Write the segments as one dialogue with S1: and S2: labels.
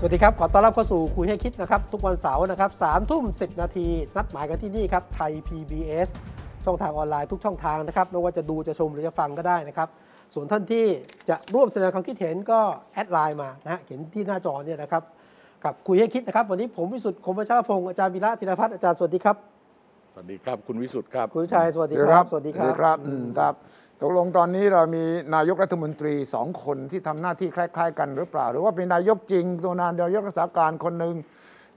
S1: สวัสดีครับ ขอต้อนรับเข้าสู่คุยให้คิดนะครับ ทุกวันเสาร์นะครับสามทุ่มสินาที นัดหมายกันที่นี่ครับ ไทย PBS ช่องทางออนไลน์ทุกช่องทางนะครับ ไม่ว่าจะดูจะชมหรือจะฟังก็ได้นะครับ ส่วนท่านที่จะร่วมแสดงความคิดเห็นก็แอดไลน์มานะฮะเห็นที่หน้าจอเนี่ยนะครับ กับคุยให้คิดนะครับ วันนี้ผมวิสุทธิ์คมประชาพงศ์อาจารย์วีระธีรพัฒน์อาจารย์สวัสดีครับ
S2: สวัสดีครับ คุณวิสุทธ์ครับ
S1: คุณวิชัยสวัสดีครับ
S3: สวัสดีครับครับอืมครับตกลงตอนนี้เรามีนายกรัฐมนตรีสองคนที่ทำหน้าที่คล้ายๆ กันหรือเปล่า หรือว่าเป็นนายกจริง ตัวนานนายกรักษาการคนหนึ่ง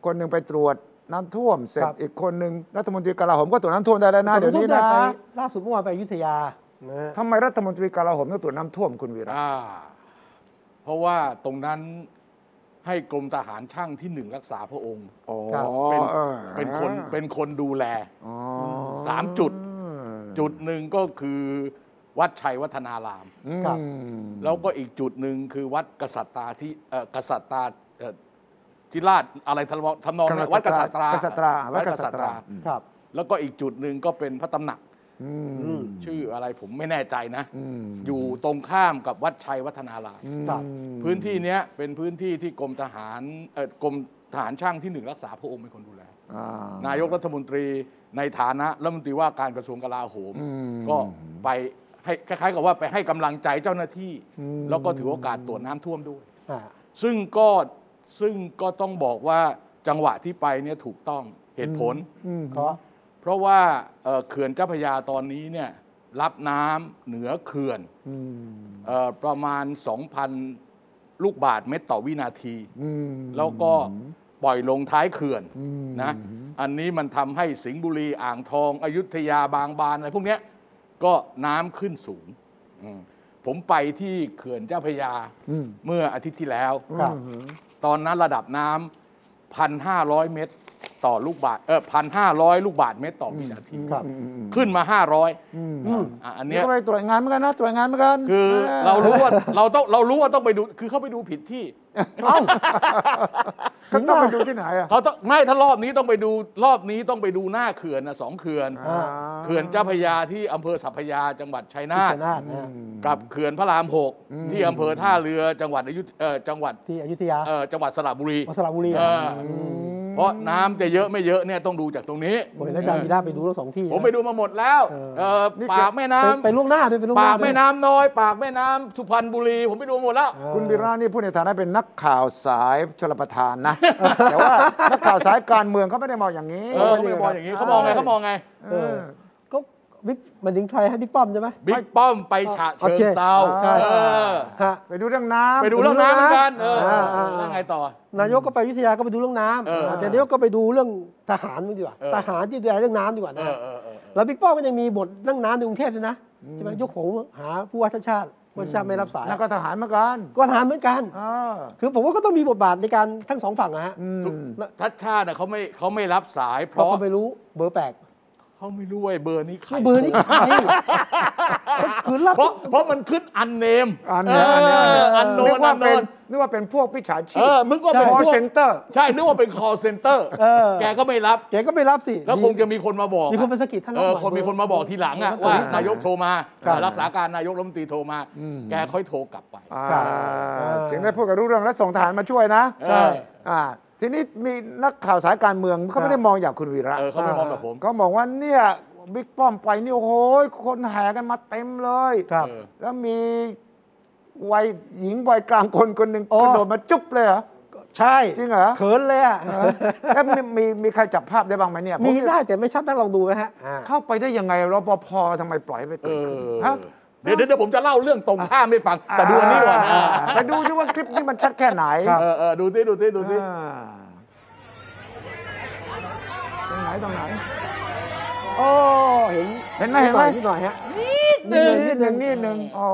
S3: คนหนึ่งไปตรวจน้ำท่วมเสร็จ
S1: ครับ
S3: อีกคนหนึ่งรัฐมนตรีกลาโหมก็ตรวจน้ำท่วมได้แล้วนะเดี๋ยวนี้นะ
S1: ไปล่าสุดเมื่อวานไปอยุธยานะฮะ
S3: ทำไมรัฐมนตรีกลาโหมต้องตรวจน้ำท่วมคุณวีระ
S2: อ่า เพราะว่าตรงนั้นให้กรมทหารช่างที่หนึ่งรักษาพระองค์
S1: ครับ
S2: เป็น
S3: เออ
S2: เป็นคนเป็นคนดูแล
S3: อ๋อ
S2: สามจุด จุดหนึ่งก็คือวัดชัยวัฒนาราม
S3: อืม
S1: ครับ
S2: แล้วก็อีกจุดหนึ่งคือวัดกษัตริย์ที่เอ่อกษัตริย์เอ่อทิราชอะไรทำนองทำนองเนี่ยวัดกษัตริย์
S3: กษัตราวัดกษัตรา
S1: ครับ
S2: แล้วก็อีกจุดหนึ่งก็เป็นพระตำหนัก
S3: อืม
S2: ชื่ออะไรผมไม่แน่ใจนะ
S3: อืม
S2: อยู่ตรงข้ามกับวัดชัยวัฒนาราม
S1: ครับ
S2: พื้นที่เนี้ยเป็นพื้นที่ที่กรมทหารเอ่อกรมทหารช่างที่หนึ่งรักษาพระองค์เป็นคนดูแล
S3: อ่า
S2: นายกรัฐมนตรีในฐานะรัฐมนตรีว่าการกระทรวงกลาโหม
S3: อืม
S2: ก็ไปให้คล้ายๆกับว่าไปให้กำลังใจเจ้าหน้าที่ แล้วก็ถือโอกาสตรวจน้ำท่วมด้วย
S1: อ่า
S2: ซึ่งก็ซึ่งก็ต้องบอกว่าจังหวะที่ไปเนี่ยถูกต้องเหตุผล
S3: อืม
S1: เพราะ
S2: เพราะว่าเอ่อเขื่อนเจ้าพระยาตอนนี้เนี่ยรับน้ำเหนือเขื่อนเอ่อประมาณ 2,000 ลูกบาทเมตรต่อวินาที แล้วก็ปล่อยลงท้ายเขื่อนนะอันนี้มันทำให้สิงห์บุรีอ่างทอง อยุธยาบางบานอะไรพวกเนี้ยก็น้ำขึ้นสูงอืมผมไปที่เขื่อนเจ้าพระยา
S3: อืม
S2: เมื่ออาทิตย์ที่แล้ว
S1: ครับ
S2: ตอนนั้นระดับน้ำพันห้าร้อยเมตรต่อลูกบาทเออพันห้าร้อยลูกบาทเมตรต่อวินาที
S1: ครับ
S2: ขึ้นมาห้าร้อยอัน
S3: นี่
S2: เนี้ย
S3: ก็ไปตรวจงานเหมือนกันนะตรวจงานเหมือนกัน
S2: คือเรารู้ว่าเราต้องเรารู้ว่าต้องไปดูคือเขาไปดูผิดที่
S3: ฉันต้องไปดูที่ไหนอ่ะ
S2: เขาต้องไม่ถ้ารอบนี้ต้องไปดูรอบนี้ต้องไปดูหน้าเขื่อนนะสองเขื่อน
S1: อ่า
S2: เขื่อนเจ้าพระยาที่อำเภอสัพพยาจังหวัดชัย
S1: ที่
S2: นาท
S1: ชยนาทนะฮะ
S2: กับเขื่อนพระรามหกที่อำเภอท่าเรือจังหวัดอยุธเอ่อจังหวัด
S1: ที่อยุธยา
S2: เอ่อจังหวัดสระบุรี
S1: วัดสระบุรี
S2: เอออเพราะน้ำจะเยอะไม่เยอะเนี่ยต้องดูจากตรงนี้
S1: ผมเห็นอาจารย์วีระไปดูทั้งสองที่
S2: ผมไปดูมาหมดแล้ว
S1: เออ
S2: เอ่อปากแม่น้ำ
S1: ไปไปล่วงหน้าด้วยไปล่วงห
S2: ปา
S1: น้าก ด้ว
S2: แม่
S1: ย
S2: น้ำน้อย ปากแม่น้ำสุพรรณบุรี ผมไปดูมาหมดแล้ว
S3: คุณวีระนี่พูดในฐานะเป็นนักข่าวสายชลประทานนะ แต่ว่านักข่าวสายการเมืองเขาไม่ได้มองอย่างนี้
S2: เออเขาไม่มองอย่างนี้เขามองไงเขามองไง
S1: เออก็บิ๊กมันถึงใครให้บิ๊กป้อมใช่ไหม
S2: บิ๊กป้อมไปฉะ
S1: โอ
S2: เชิง
S1: เค
S2: เซา
S3: ใช่
S2: เออ
S1: ฮะ
S3: ไปดูเรื่องน้ำ
S2: ไปดูเรื่องน้ำเหมือนกันเออ
S1: อ่าอ่า
S2: แล้วไงต่อ
S1: นายกก็ไปอยุธยาก็ไปดูเรื่องน้ำ
S2: เออ
S1: แต่นายกก็ไปดูเรื่องทหารมั้างดีกว่า
S2: เออ
S1: ทหารที่ดูแลเรื่องน้ำดีกว่า
S2: เอ
S1: นะ
S2: อเออเออเออ
S1: แล้วบิ๊กป้อมก็ยังมีบทเรื่องน้ำในกรุงเทพด้วยนะใช่ไหมยกของหาผู้ว่าชาติชาติผู้ว่าชาติชาติไม่รับสาย
S3: แล้วก็ทหารเหมือนกัน
S1: ก็ทหารเหมือนกัน
S3: อ่า
S1: คือผมว่าก็ต้องมีบทบาทในการทั้งสองฝั่งนะฮะ
S3: อืม
S2: ทัชชาติน่ะเขาไม่เขาไม่รับสาย เพ
S1: เพราะ
S2: ราะ
S1: เขาไม่รู้เบอร์แปลก
S2: เขาไม่รู้ไอ้เบอร์นี้ใคร
S1: เบอร์นี่ใครคือรับ
S2: เพราะเพราะมันขึ้นอันเนม
S3: อันเนี้ยอันเนี้ย
S2: เอออั
S3: อั
S2: น
S3: น
S2: โน
S3: เนี้ย
S2: น
S3: นึกว่า
S2: อันโน
S3: เป็น
S2: น
S3: นึกว่าเป็นพวกพิชาชี
S2: เอ
S3: พ
S2: อมึงก็เป็น
S3: คอ
S2: พวก
S3: เซ็นเตอร์
S2: ใช่นึกว่าเป็น call center
S1: เออ
S2: แกก็ไม่รับ
S1: แกก็ไม่รับสิ
S2: แล้วคงจะมีคนมาบอก
S1: มีคนไปสะกิดท่าน
S2: เอ
S1: รับ
S2: อ
S1: หน่ย
S2: คนมีคนมาบอกทีหลังอะ
S1: เออ
S2: ว่านายกโทรมาเออรักษาการนายกรัฐมนตรีโทรมา แกค่อยโทรกลับไป
S3: อ่า
S1: ครับอ่า
S3: ถึงได้พูดกับรู้เรื่องและส่งทหารมาช่วยนะ
S2: เออ
S1: ใช่
S3: อ่าทีนี้มีนักข่าวสายการเมือง
S1: ค
S3: เขา
S1: รั
S3: ไม่
S1: บ
S3: ได้มองอย่างคุณวีระ
S2: เออเขาไม่มองแบบผม
S3: ก็มองว่าเนี่ยบิ๊กป้อมไปนี่โอ้โหคนแห่กันมาเต็มเลย
S1: ครับ
S2: เออ
S3: แล้วมีวัยหญิงวัยกลางคนคนหนึ่ง
S1: อ๋อ
S3: กระโดดมาจุ๊บเลยเหรอ
S1: ใช่
S3: จริงเหรอ
S1: เขินเลยอ่ะ
S3: แล้วมีมีมีใครจับภาพได้บ้างไหมเนี่ย
S1: มี
S3: ผ
S1: ได้แต่ไม่ชัดนักลองดูนะฮะอ่า
S3: เข้าไปได้ยังไงรปภทำไมปล่อยไป
S2: เอ
S3: เกิดขึ้น
S2: อ
S3: ฮะ
S2: เดี๋ยวเดี๋ยวเดี๋ยวผมจะเล่าเรื่องตรงข้ามให้ฟัง แต่ดูอันนี้ก่อนนะ
S3: ไปดูซิว่าคลิปนี้มันชัดแค่ไหน
S2: เออเออดูสิดูสิดูสิ
S3: อ่าตรงไหนตรงไหน
S1: โอ้เห็น
S3: เห็นไหมเห็นไหม
S1: นิดหน่อยฮะ
S3: นิดหนึ่งนิดหนึ่งนิดหนึ่งอ๋อ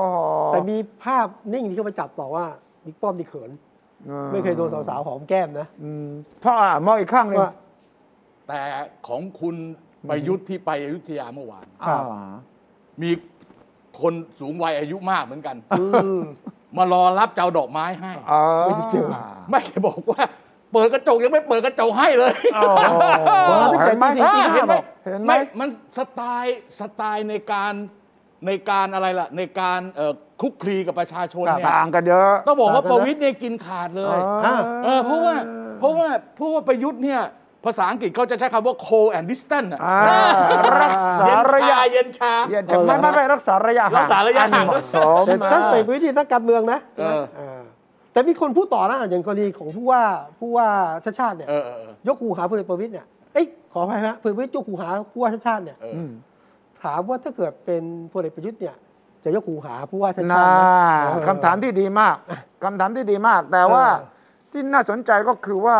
S1: แต่มีภาพนิ่งที่เขาไปจับต่อว่าบิ๊กป้อมดีเขิน
S3: อ่า
S1: ไม่เคยโดนสาวๆหอมแก้มนะ
S3: อืมเพราะอ่ะมองอีกข้างหนึ่ง
S1: ว่า
S2: แต่ของคุณประยุทธ์ที่ไปอยุธยาเมื่อวาน
S1: ครั
S3: อ่า
S1: บ
S2: มีคนสูงวัยอายุมากเหมือนกัน
S1: อืม
S2: มารอรับเจ้าดอกไม้ให้
S3: อ่า
S1: ไม่เจอ
S2: ไม่ได้บอกว่า เปิดกระจกยังไม่เปิดกระจกให้เลย
S3: อ๋อ
S1: มาตั้งแต่
S3: เห็นไหม
S1: ตีสี่ตีห้า
S2: เห็นไหม
S3: เห็นไหม
S2: ไม่มันสไตล์สไตล์ในการในการอะไรล่ะ ในการเอ่อคลุกคลีกับประชาชนเนี่ย
S3: ต่างกันเยอะ
S2: ต้องบอกว่า
S1: ต่างกัน
S2: ป
S1: นะ
S2: ระวิทย์เนี่ยกินขาดเลย
S3: อ่า
S2: เออเพราะว่าเพราะว่าเพราะว่าประยุทธ์เนี่ย ภาษาอังกฤษเขาจะใช้คำว่า cold and distant อะ
S3: อ่า
S2: รักษาระยะเย็นชา
S3: เย็นจะไม่ไม่ไม่รักษาระยะห่าง
S2: รักษาระยะห่าง
S3: อันเหมาะสม
S1: แต่ตั้งแต่
S3: นะ
S1: วิธีนักการเมืองนะ
S2: เออ
S1: เออแต่มีคนพูดต่อนะอย่างกรณีของผู้ว่าผู้ว่าชาติชาติเนี่ย
S2: เออเออเออย
S1: กหูหาพลเอกประวิตยเนี่ยเอ้ยขออภัยนะพลเอกประวิตยยกหูหาผู้ว่าชาติชาติเนี่ย
S2: เออ
S3: อืม
S1: ถามว่าถ้าเกิดเป็นพลเอกประยุทธ์เนี่ยจะยกหูหาผู้ว่าชาติชา
S3: น่า
S1: ติไหมเออ
S3: คำถามที่ดีมากคำถามที่ดีมาก แต่ว่า
S1: เออ
S3: ที่น่าสนใจก็คือว่า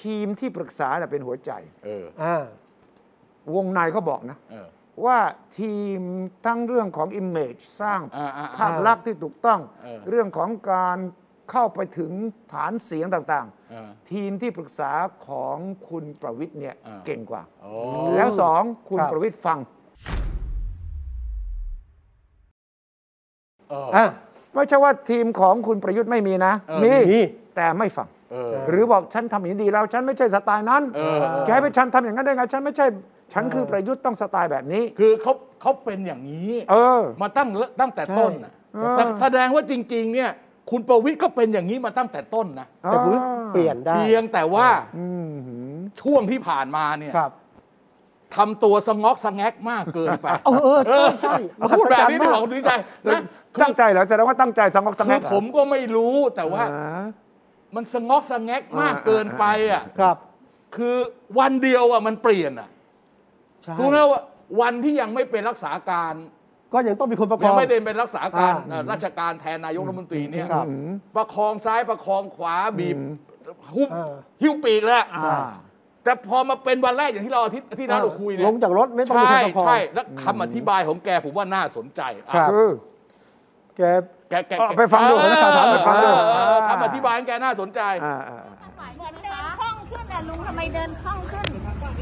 S3: ทีมที่ปรึกษาน่ะเป็นหัวใจ
S2: เออ
S1: อ่า
S3: วงในเขาบอกนะ
S2: เออ
S3: ว่าทีมทั้งเรื่องของ Image สร้าง
S2: อ่าอ่าอ่า
S3: ภาพลักษณ์ที่ถูกต้อง
S2: เออ
S3: เรื่องของการเข้าไปถึงฐานเสียงต่าง
S2: เออ
S3: ๆ ทีมที่ปรึกษาของคุณประวิทย์เนี่ย
S2: อ่า
S3: เก่งกว่า
S2: โอ้
S3: แล้วสองคุณ
S1: ครับ
S3: ประวิทย์ฟัง
S1: อ่า
S3: ไม่ใช่ว่าทีมของคุณประยุทธ์ไม่มีนะ
S2: เออ
S3: มี
S1: นี่
S3: แต่ไม่ฟัง
S2: เออ
S3: หรือบอกฉันทำอย่างนี้ดีแล้วฉันไม่ใช่สไตล์นั้น
S2: เออ
S3: แกให้ไปฉันทำอย่างนั้นได้ไงฉันไม่ใช่ ฉันคือประยุทธ์ต้องสไตล์แบบนี้
S2: คือเขาเขาเป็นอย่างนี้
S3: เออ
S2: มาตั้งเลตั้งแต่ต้นนะ
S3: ใช่เออ
S2: แต่แสดงว่าจริง ๆ เนี่ย คุณประวิทย์ก็เป็นอย่างนี้มาตั้งแต่ต้นนะ
S1: แต่คุณเปลี่ยนได้
S2: เพียงแต่ว่า
S3: อืมหือ
S2: ช่วงที่ผ่านมาเนี่ย
S1: ครับ
S2: ทำตัวสงอกสงแงกมากเกินไป
S1: เออเออใช่ใช่
S2: เออพูดแบบนี้
S1: มหัศจรรย์มาก
S2: ดีว่าดีใจนะ
S3: ตั้งใจเหรอแสดงว่าตั้งใจสังกสัง
S2: คื
S3: เก
S2: อ
S3: ต
S2: ผมก็ไม่รู้แต่ว่า มันสงอกสงแงกมากเกินไปอ่ะ
S1: ครับ
S2: คือวันเดียวอ่ะมันเปลี่ยนอ่ะ
S1: ใช่
S2: คุณแล้วว่าวันที่ยังไม่เป็นรักษาการ
S1: ก็ยังต้องมีคนประก
S2: ยั
S1: อบ
S2: งไม่ได้เป็นรักษาการ
S1: อ่า
S2: เอ่อราชการแทนนายกรัฐมนตรีเนี่ย
S1: ครับ
S2: ประคองซ้ายประคองขวาบีบหุบ
S1: อ่า
S2: หิ้วปีกแล้ว
S3: อ่า
S2: แต่พอมาเป็นวันแรกอย่างที่เราอาทิตย์ที่แล้วเราคุยเนี่ย
S1: ลงจากรถไม่ต้องมีค
S2: ใช่
S1: นประกอบ
S2: ใช่แล้วคำอธิบายของแกผมว่าน่าสนใจอ่ะ
S1: ครับ
S3: คือ
S1: แก
S2: แกแก
S3: เอาไปฟังดู
S2: เออ
S3: ผมจะถามไปฟังดู
S2: เออเออคำอธิบายของแกน่าสนใจ
S3: อ่า
S4: เหมือนเดินคล่องขึ้นอะลุงทำไมเดินคล่องขึ้น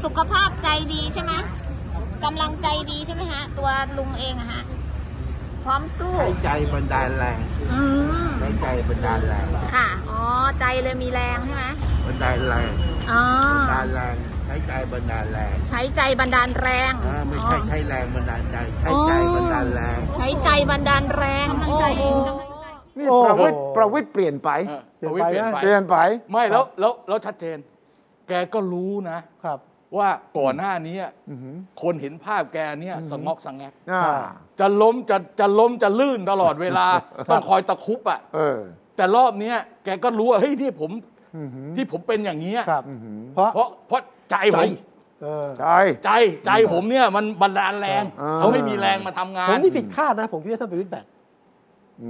S4: สุขภาพใจดีใช่ไหมกำลังใจดีใช่ไหมฮะ ตัวลุงเองอะฮะ พร้อมสู้
S5: ใช้ใจบันดาลแรง
S4: อืม
S5: ใช้ใจบันดาลแรง
S4: ค่ะ อ๋อ ใจเลยมีแรงใช่ไหม
S5: บันดาลแรง
S4: อ๋อ
S5: บันดาลแรงใช้ใจบันดาลแรง
S4: ใช้ใจบันดาลแรง
S5: อ่าไม่ใช่ใช้แรงบันดาลใจใช้ใจบันดาลแรง
S4: ใช้ใจบันดาลแรงกำลังใจเองกำลังใจ
S3: นี่
S1: โอ้
S3: ประ
S1: โห
S3: วิทย์ประวิทย์เปลี่ยนไป
S2: เออ
S1: เปลี่ยนไปนะ
S3: เปลี่ยนไป
S2: ไม่แล้วแล้วแล้วชัดเจน แกก็รู้นะ
S1: ครับ
S2: ว่าก่อนหน้านี้คนเห็นภาพแกเนี่ยสงอกสงแงก
S3: อ่า
S2: จะล้มจะจะล้มจะลื่นตลอดเวลา ต้องคอยตะครุบอ่ะ
S3: เออ
S2: แต่รอบเนี้ยแกก็รู้ว่าเฮ้ยที่ผม
S3: อือหือ
S2: ที่ผมเป็นอย่างนี้ย
S1: ครับ เพราะ
S2: เพราะเพราะใจผม
S1: เออ
S3: ใช่
S2: ใจใจผมเนี่ยมันบันดาลแรง
S3: อ่า
S2: เขาไม่มีแรงมาทำงา
S1: ผม
S2: น
S1: นี่ผิดคาดนะ ผมคิดว่าท่านประยุทธ์แบต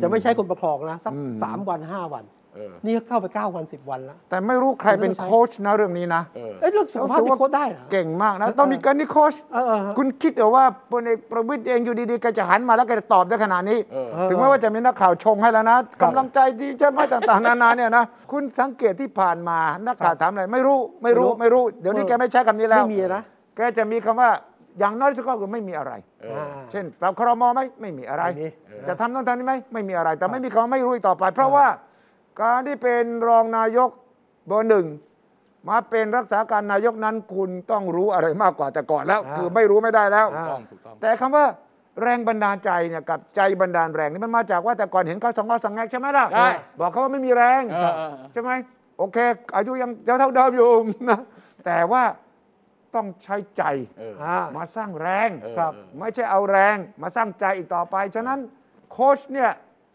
S1: จะไม่ใช้คนประคองนะ สัก
S3: อืม
S1: สามวันห้าวัน
S2: เออ
S1: นี่ก็เข้าไปเก้าวันสิบวันแล้ว
S3: แต่ไม่รู้ใครเป็นโค้ชนะเรื่องนี้นะ
S2: เออ
S1: เอ้ยเรื่องสุขภาพที่โค้ชได้นะ
S3: เก่งมากนะ ต้องมีการนี่โค้ช
S1: เออเออเออ
S3: คุณคิดเหรอว่าพลเอกประวิทย์เองอยู่ดีๆแกจะหันมาแล้วแกจะตอบได้ขนาดนี้
S2: เออ
S3: ถึงแม้ว่าจะมีนักข่าวชงให้แล้วนะกำลังใจดีใช่ไหมต่างๆ นานาเนี่ยนะคุณสังเกตที่ผ่านมานักข่าวถามอะไรไม่รู้ไม่รู้ไม่รู้เดี๋ยวนี้แกไม่ใช้คำนี้แล้ว
S1: ไม่มีนะ
S3: แกจะมีคำว่าอย่างน้อยที่สุดก็คือไม่มีอะไร
S2: เออ
S1: อ่า
S3: เช่นปรับครมอไหมไม่มีอะไร
S1: ไม่มี
S3: จะทำต้องทำนี้ไหมไม่มีอะไร แต่ไม่มีคำว่าไม่รู้อีกต่อไป เพราะว่าการที่เป็นรองนายกเบอร์หนึ่งมาเป็นรักษาการนายกนั้นคุณต้องรู้อะไรมากกว่าแต่ก่อนแล้ว
S1: อ่า
S3: คือไม่รู้ไม่ได้แล้ว
S1: อ่า
S2: ต้องถูกต้อง
S3: แต่คำว่าแรงบันดาลใจเนี่ยกับใจบันดาลแรงนี่มันมาจากว่าแต่ก่อนเห็นเขาสองข้อสังแงกใช่ไหมล่ะ
S2: ใช่
S3: บอกเขาว่าไม่มีแรง
S2: เออเออ
S3: ใช่ไหมโอเค อายุยังเท่าเดิมอยู่นะแต่ว่าต้องใช้ใจ
S2: เออ
S1: อ่า
S3: มาสร้างแรง
S2: เออ
S1: ครับ
S3: ไม่ใช่เอาแรงมาสร้างใจอีกต่อไป ฉะนั้นโค้ชเนี่ย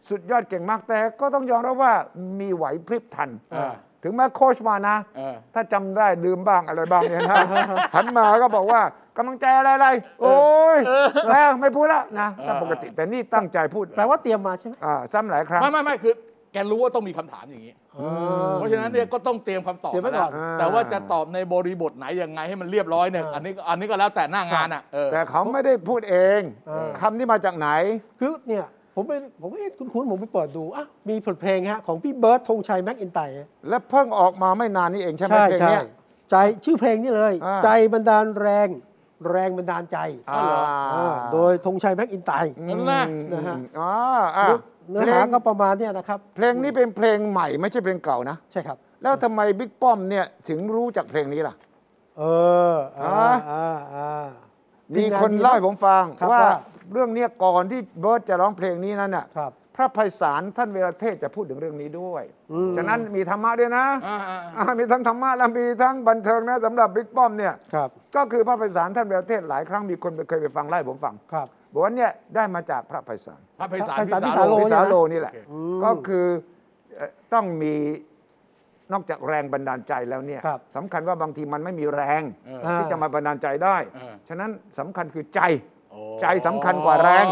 S3: สุดยอดเก่งมากแต่ก็ต้องยอมรับว่ามีไหวพริบทัน
S2: เออ
S3: ถึงแม้โค้ชมานะ
S2: เออ
S3: ถ้าจำได้ลืมบ้างอะไรบ้างเนี่ยนะ หันมาก็บอกว่ากำลังใจอะไรอะไร โอ้ยแล้วไม่พูดแล้วนะ
S2: เออ
S3: ถ้าปกติแต่นี่ตั้งใจพูด
S1: แปลว่าเตรียมมาใช่ไหม
S3: อ่าซ้ำหลายครั้ง
S2: ไม่ไม่ไม่คือ แกรู้ว่าต้องมีคำถามอย่างนี้
S1: เออ
S2: เพราะฉะนั้นเนี่ยก็ต้องเตรียมคำตอบ
S1: เตรียมไว้ก่อน
S2: มาแล้วแต่ว่าจะตอบในบริบทไหนยังไงให้มันเรียบร้อยเนี่ยอันนี้อันนี้ก็แล้วแต่หน้างานอ่ะเออ
S3: แต่เขาไม่ได้พูดเอง
S1: เออ
S3: คำที่มาจากไหน
S1: คือเนี่ย ผมไปผมเอ๊ะคุ้นๆผมไปเปิดดูอ่ะมีผลเพลงฮะของพี่เบิร์ดธงชัยแม็กอินไตร์ฮะ
S3: และเพิ่งออกมาไม่นานนี้เองใช่ไหมเพลงเนี้ย
S1: ใจชื่อเพลงนี่เลย
S3: อ่า
S1: ใจบันดาลแรงแรงบันดาลใจ
S3: อ๋อเหรอ
S1: อ่าโดยธงชัยแม็กอินไตร์
S2: นั่นแหละ
S3: อืม
S1: นะฮะ
S3: อ๋ออ่ะ
S1: เนื้อ
S3: เพล
S1: หาง ก็ประมาณเนี้ยนะครับ
S3: เพลงนี้เป็นเพลงใหม่ไม่ใช่เพลงเก่านะ
S1: ใช่ครับ
S3: แล้วทำไมบิ๊กป้อมเนี่ยถึงรู้จักเพลงนี้ล่ะ
S1: เอออ่า
S3: อ่ะ
S1: อ่าอ่า
S3: มี
S1: ทีง
S3: คน
S1: ดีะ
S3: เล่าให้ผมฟัง
S1: ครับ
S3: ว่า
S1: ว่า
S3: เรื่องเนี้ยก่อนที่เบิร์ตจะร้องเพลงนี้นั้นน่ะ
S1: ครับ
S3: พระไพศาลท่านเวลาเทศน์จะพูดถึงเรื่องนี้ด้วย
S1: อืม
S3: ฉะนั้นมีธรรมะด้วยนะ
S2: อ่า
S3: อ่ามีทั้งธรรมะและมีทั้งบันเทิงนะสำหรับบิ๊กป้อมเนี่ย
S1: ครับ
S3: ก็คือพระไพศาลท่านเวลาเทศน์หลายครั้งมีคนไปเคยไปฟังไล่าให้ผมฟัง
S1: ครับ
S3: บอกว่าเนี่ยได้มาจากพระไพศาล
S2: ๆพระไพศาล
S1: ไพ
S2: พิ
S1: ศาลพิ
S2: สา
S1: สาร ร
S2: โล
S1: โล
S2: ก
S3: วิสาโลนี่แหละ
S1: อืม
S3: ก็คือเอ่อต้องมีนอกจากแรงบันดาลใจแล้วเนี่ย
S1: ครับ
S3: สำคัญว่าบางทีมันไม่มีแรง
S2: เออ
S3: ที่จะมาบันดาลใจได้
S2: เออ
S3: ฉะนั้นสำคัญคือใจ
S2: โอ้
S3: ใจสำคัญกว่าแรง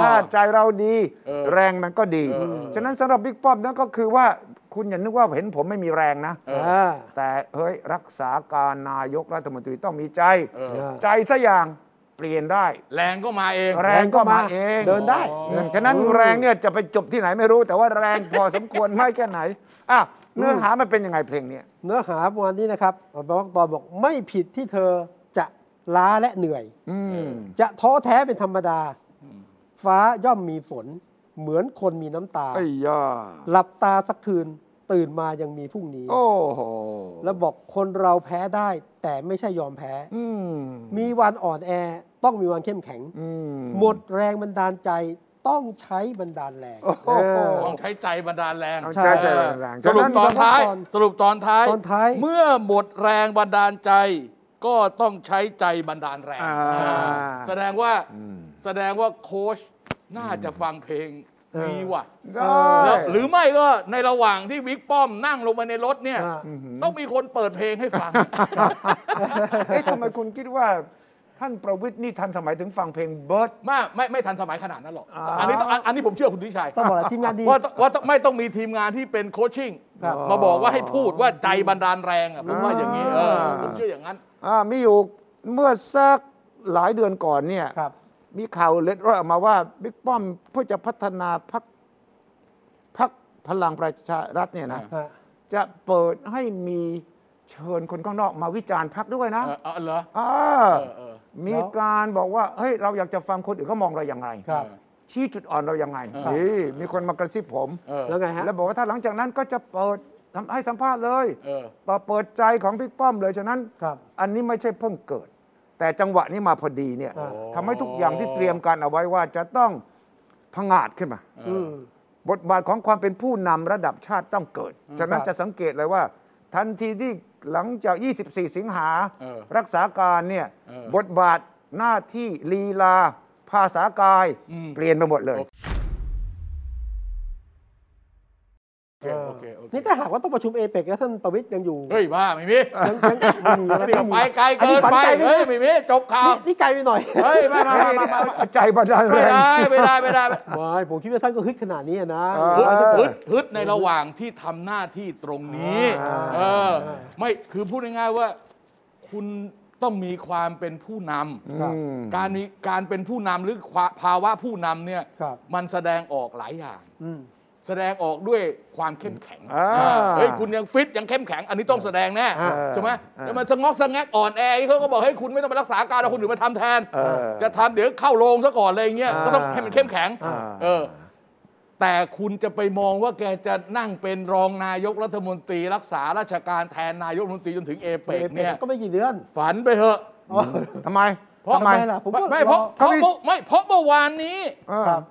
S3: ถ้าใจเราดี
S2: เออ
S3: แรงมันก็ดี
S2: เออเออ
S3: ฉะนั้นสำหรับบิ๊กป้อมนั่นก็คือว่าคุณอย่านึกว่าเห็นผมไม่มีแรงนะ
S2: เอออ่
S1: ่า
S3: แต่เฮ้ยรักษาการนายกรัฐมนตรีต้องมีใจ
S2: เออ
S3: ใจสักอย่างเปลี่ยนได้
S2: แรงก็มาเอง
S3: แรงก็มาเอง
S1: เดินได้
S2: อืม
S3: ฉะนั้นแรงเนี่ยจะไปจบที่ไหนไม่รู้ แต่ว่าแรงพอสมควร ไม่แค่ไหนอ่ะเนื้อหามันเป็นยังไงเพลงเนี้ย
S1: เนื้อหาประมาณนี้นะครับบางตอนบอกไม่ผิดที่เธอจะล้าและเหนื่อย
S3: อืม
S1: จะท้อแท้เป็นธรรมดา ฟ้าย่อมมีฝน เหมือนคนมีน้ำตา
S3: ไอ้ย่า
S1: หลับตาสักคืนตื่นมายังมีพรุ่งนี้
S3: โอ้โห
S1: แล้วบอกคนเราแพ้ได้ แต่ไม่ใช่ยอมแพ้
S3: อืม
S1: มีวันอ่อนแอต้องมีวันเข้มแข็ง
S3: อืม
S1: หมดแรงบันดาลใจต้องใช้บันดาลแรง
S3: โอ้โห
S1: เออ
S2: ต้องใช้ใจบันดาลแรง
S3: ต้อง
S1: ใช่
S3: ใช้ใจแรงๆ
S2: ส
S3: ฉะ
S2: รุป
S3: นั้น
S2: ตอนท้าย
S1: ตอน
S2: สรุปตอนท้าย
S1: ตอนท้าย
S2: เมื่อหมดแรงบันดาลใจ ก็ต้องใช้ใจบันดาลแรง
S3: อ่า
S2: อ่าแสดงว่า
S3: อืม
S2: แสดงว่าโค้ชน่าจะฟังเพลงนี้ว่ะ
S3: ได้
S2: แล้วหรือไม่ก็ในระหว่างที่บิ๊กป้อมนั่งลงมาในรถเนี่ย
S1: อ่า
S2: ต้องมีคนเปิดเพลงให้ ฟัง
S3: เอ๊ะทำไมคุณคิดว่า ท่านประวิทย์นี่ทันสมัยถึงฟังเพลงเบิร์ด
S2: ไมาไม่ไม่ทันสมัยขนาดนั้นหรอก
S3: อ่า
S2: อันนี้ต้องอันอันนี้ผมเชื่อคุณทิชัย
S1: ต้องบอกแหละทีมงานดี
S2: ว่าต้องว่าต้องไม่ต้องมีทีมงานที่เป็นโคชชิ่ง
S1: ครับ
S2: มาบอกว่าให้พูดว่าใจบันดาลแรงอ่ะผมว่าอย่างนี้เออผมเชื่ออย่างนั้น
S3: อ่ามีอยู่เมื่อสักหลายเดือนก่อนเนี่ย
S1: ครับ
S3: มีข่าวเล็ดรอดออกมาว่าบิ๊กป้อมเพื่อจะพัฒนาพักพักพลังประชารัฐเนี่ยนะ
S2: อ่า
S3: จะเปิดให้มีเชิญคนข้างนอกมาวิจารณ์พักด้วยนะ
S2: เออเออเหรอ
S3: อ่า
S2: เออเออ
S3: มีการบอกว่าเฮ้ยเราอยากจะฟังคนอื่นเขามองเราอย่างไร
S1: ครับ
S3: ชี้จุดอ่อนเราอย่างไง
S2: เออ
S3: นี่มีคนมากระซิบผม
S2: เออ
S1: แล้วไงฮะ
S3: แล้วบอกว่าถ้าหลังจากนั้นก็จะเปิดทำให้สัมภาษณ์เลย
S2: เออ
S3: ต่อเปิดใจของบิ๊กป้อมเลยฉะนั้น
S1: ครับ
S3: อันนี้ไม่ใช่เพิ่งเกิด แต่จังหวะนี้มาพอดีเนี่ย
S1: อ๋อ
S3: ทำให้ทุกอย่างที่เตรียมการเอาไว้ว่าจะต้องพังอาจขึ้นมา
S1: อืม
S3: บทบาทของความเป็นผู้นำระดับชาติต้องเกิด ฉะนั้
S1: ค
S3: น
S1: รับ
S3: จะสังเกตเลยว่า ทันทีที่หลังจาก 24 สิงหา
S2: เออ
S3: รักษาการเนี่ย
S2: เออบ
S3: ทบาทหน้าที่ลีลา ภาษากาย
S2: อืม
S3: เปลี่ยนไปหมดเลย
S2: โอเคโอเคโอเค
S1: นี่ถ้าหากว่าต้องประชุมเอเปกแล้วท่านประวิตยยังอยู่
S2: เฮ้ยบ้าไม่มี
S1: ยังยังไม่มีแล้ว
S2: เดี๋ยวไปไกล
S1: อัน
S2: เกิ
S1: นี้
S2: น
S1: ฝัน
S2: ไป
S1: ไกล
S2: เฮ้ย
S1: ไป
S2: ไม่มีจบข่าว
S1: นี่นี่ไกลไปหน่อย
S2: เฮ้ยไม่ไม่ไม่ไม่ไม่ไม่
S3: ใจบันดาลแร
S2: ไม่
S3: ง
S2: ได้ไม่ได้ไม่ได้ไม่ได้
S1: ไม่ผมคิดว่าท่านก็ฮึดขนาดนี้อะนะ
S3: เออ
S2: ฮึดฮึดฮึดในระหว่างที่ทำหน้าที่ตรงนี้
S1: อ่า
S2: เออไม่คือพูดง่ายๆว่า คุณต้องมีความเป็นผู้นำ
S1: ครับ
S3: อืม
S2: การมีการเป็นผู้นำหรือความภาวะผู้นำเนี่ย
S1: ครับ
S2: มันแสดงออกหลายอย่าง
S1: อืม
S2: แสดงออกด้วยความเข้มแข็ง
S3: อ่า
S2: อ่าเฮ้ยคุณยังฟิตยังเข้มแข็ง อันนี้ต้องแสดงแน่
S1: อ่า
S2: ใช่ไหม
S3: อ่า
S2: แล้วมันสะงอกสะแงกอ่อนแอเขาก็บอกให้คุณไม่ต้องไปรักษาการเอาคนอื่นมาทำแทน
S3: เออ
S2: จะทำเดี๋ยวเข้าโรงซะก่อนอะไรอย่างเงี้ย
S3: อ่า
S2: ก็ต้องให้มันเข้มแข็ง
S3: อ่า
S2: เออ แต่คุณจะไปมองว่าแกจะนั่งเป็นรองนายกรัฐมนตรี รักษาราชการแทนนายกรัฐมนตรีจนถึงเอเปก
S1: เอเปก
S2: เนี่ย
S1: ก็ไม่กี่เดือน
S2: ฝันไปเถอะ
S3: ทำไม
S2: เพราะ
S3: ทำไม
S1: ล่ะผมก็
S2: ไม่เพราะ
S1: รอ
S2: เพราะเมื่อไม่เพราะเมื่อวานนี้
S1: ครับ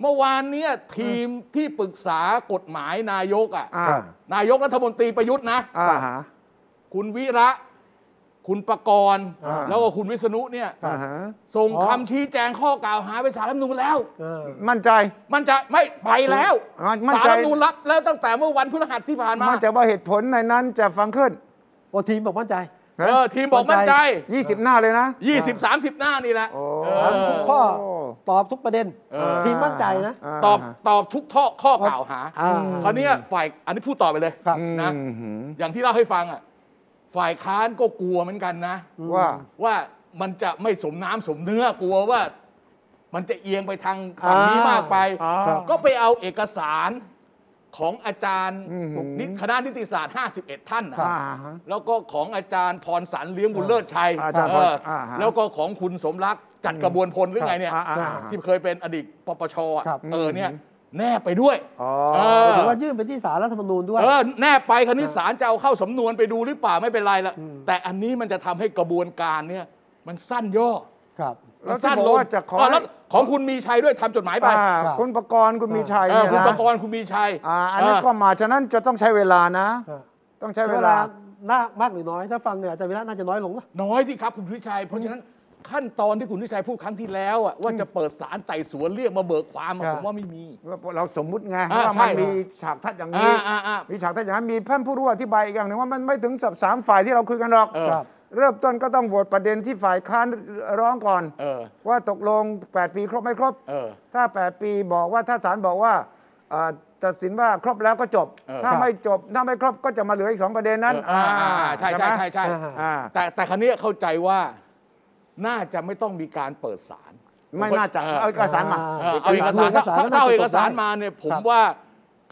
S2: เมื่อวานเนี้ยทีมที่ปรึกษากฎหมายนายกอ่ะ
S3: อ่า
S2: นายกรัฐมนตรีประยุทธ์นะ
S3: อ่าฮะ
S2: คุณวิระ คุณประกรณ์
S3: อ่า
S2: แล้วก็คุณวิษณุเนี่ย
S3: อ่าฮะ
S2: ส่ง
S1: อ๋อ
S2: คำชี้แจงข้อกล่าวหาไปสารรัฐธรรมนูญแล้ว
S1: เออ
S3: มั่นใจ
S2: มันจะไม่ไปแล้ว
S3: อ่ามั่น
S2: สาร
S3: ใจ
S2: รัฐธรรมนูญรับแล้วตั้งแต่เมื่อวันพฤหัสที่ผ่านมา
S3: มั่นใจว่าเหตุผลในนั้นจะฟังขึ้น
S1: โอทีมบอกมั่นใจ
S2: เออทีมบอกมั่นใจ
S3: 20 หน้าเลยนะ
S2: 20 30 หน้านี่แหละ
S3: โอ้
S2: เอ
S1: ถามทุก
S2: อ
S1: ข้อตอบทุกประเด็น
S2: เออ
S1: ทีมมั่นใจนะ
S3: า
S2: ตอบตอบทุกข้อข้อกล่าวหา
S1: อ่า
S2: คราวเนี้ยฝ่ายอันนี้พูดต่อไปเลย
S1: ครับ
S2: นะ
S3: อืมหือ
S2: อย่างที่เล่าให้ฟังอ่ะฝ่ายค้านก็กลัวเหมือนกันนะ
S3: ว่า
S2: ว่ามันจะไม่สมน้ำสมเนื้อกลัวว่า มันจะเอียงไปทางฝั่งนี้มากไป
S3: อ่า
S1: ครับ
S2: ก็ไปเอาเอกสารของอาจารย์
S3: อืม
S2: นิคณะนิติศาสตร์ 51 ท่านนะ
S3: อ่าฮะ
S2: แล้วก็ของอาจารย์พรสันเลี้ยงบุญเลิศชัย
S3: อาจารย์
S2: เออ
S3: พรอ่าฮะ
S2: แล้วก็ของคุณสมรักษ์จัดกระบวนพลหรือไงเนี่ย
S3: อ่าอ่าอ่า
S2: ที่เคยเป็นอดีตปปชอ่ะ
S1: ครับ
S2: เออเนี่ย
S3: อืม
S2: แนบไปด้วย
S3: อ๋อ
S2: เอ
S1: ถือว่ายื่นไปที่ศาลรัฐธรรมนูญด้วย
S2: เออแนบไปคณิตศาลจะเอาเข้าสำนวนไปดูหรือเปล่าไม่เป็นไรละ
S1: อืม
S2: แต่อันนี้มันจะทำให้กระบวนการเนี่ยมันสั้นย่อ
S1: ครับ
S3: แล้วที่
S2: สั้น
S3: บอกว่าจะขอ
S2: เแล้ว
S3: ให้
S2: ของคุณมีชัยด้วยทำจดหมายไป
S3: อ่า
S1: ครับ
S3: คุณประกรณ์คุณมีชัย
S2: เออ
S3: เนี่ย
S2: คุณ
S3: นะ
S2: ประกรณ์คุณมีชัย
S3: อ่าอันนี้ก็
S2: เออ
S3: มาฉะนั้นจะต้องใช้เวลานะ
S1: อ่า
S3: ต้องใช้เวลา
S1: น่ามากหรือน้อย ถ้าฟังเนี่ยอาจารย์วิระน่าจะน้อยลงป่ะ
S2: น้อยที่ครับคุณวิชัย เพราะฉะนั้นขั้นตอนที่คุณวิชัยพูดครั้งที่แล้วอะว่าจะเปิดศาลไต่สวนเรียกมาเบิกความอะ
S1: ครับ
S2: ผมว่าไม่มี
S3: เราสมมุติไง
S2: อ่า
S3: ว่า
S2: ใช่
S3: มันมีฉากทัดอย่าง
S2: อ่า
S3: นี้
S2: อ่าอ่า
S3: มีฉากทัดอย่างนั้นมีท่านผู้รู้อธิบายอีกอย่างหนึ่งว่ามันไม่ถึงสับสามฝ่ายที่เราคุยกันหรอก
S2: เออ
S1: ครับ
S3: เริ่มต้นก็ต้องโหวตประเด็นที่ฝ่ายค้านร้องก่อน
S2: เออ
S3: ว่าตกลง 8 ปีครบไม่ครบ
S2: เออ
S3: ถ้า 8 ปีบอกว่าถ้าศาลบอกว่าเอ่อตัดสินว่าครบแล้วก็จบ
S2: เออ
S3: ถ้าไม่จบ ถ้าไม่ครบก็จะมาเหลืออีก 2 ประเด็นนั้น
S2: เอออ่าอ่าอ่าใช่ใช่
S3: ไหม
S2: ใช่ใช่
S1: อ่า
S3: อ่า
S2: แต่แต่ครั้นี้เข้าใจว่าน่าจะไม่ต้องมีการเปิดศาล
S3: ไม่น่าจะ
S2: เออ
S3: เอาเอกสารมา
S2: เออเอาเอกสาร
S1: เอกสาร
S2: ถ้า
S1: ก็น่าจะ
S2: ถ้าเอาเอกสาร
S1: จบได้
S2: มาเนี่ยผม
S1: ครับ
S2: ว่า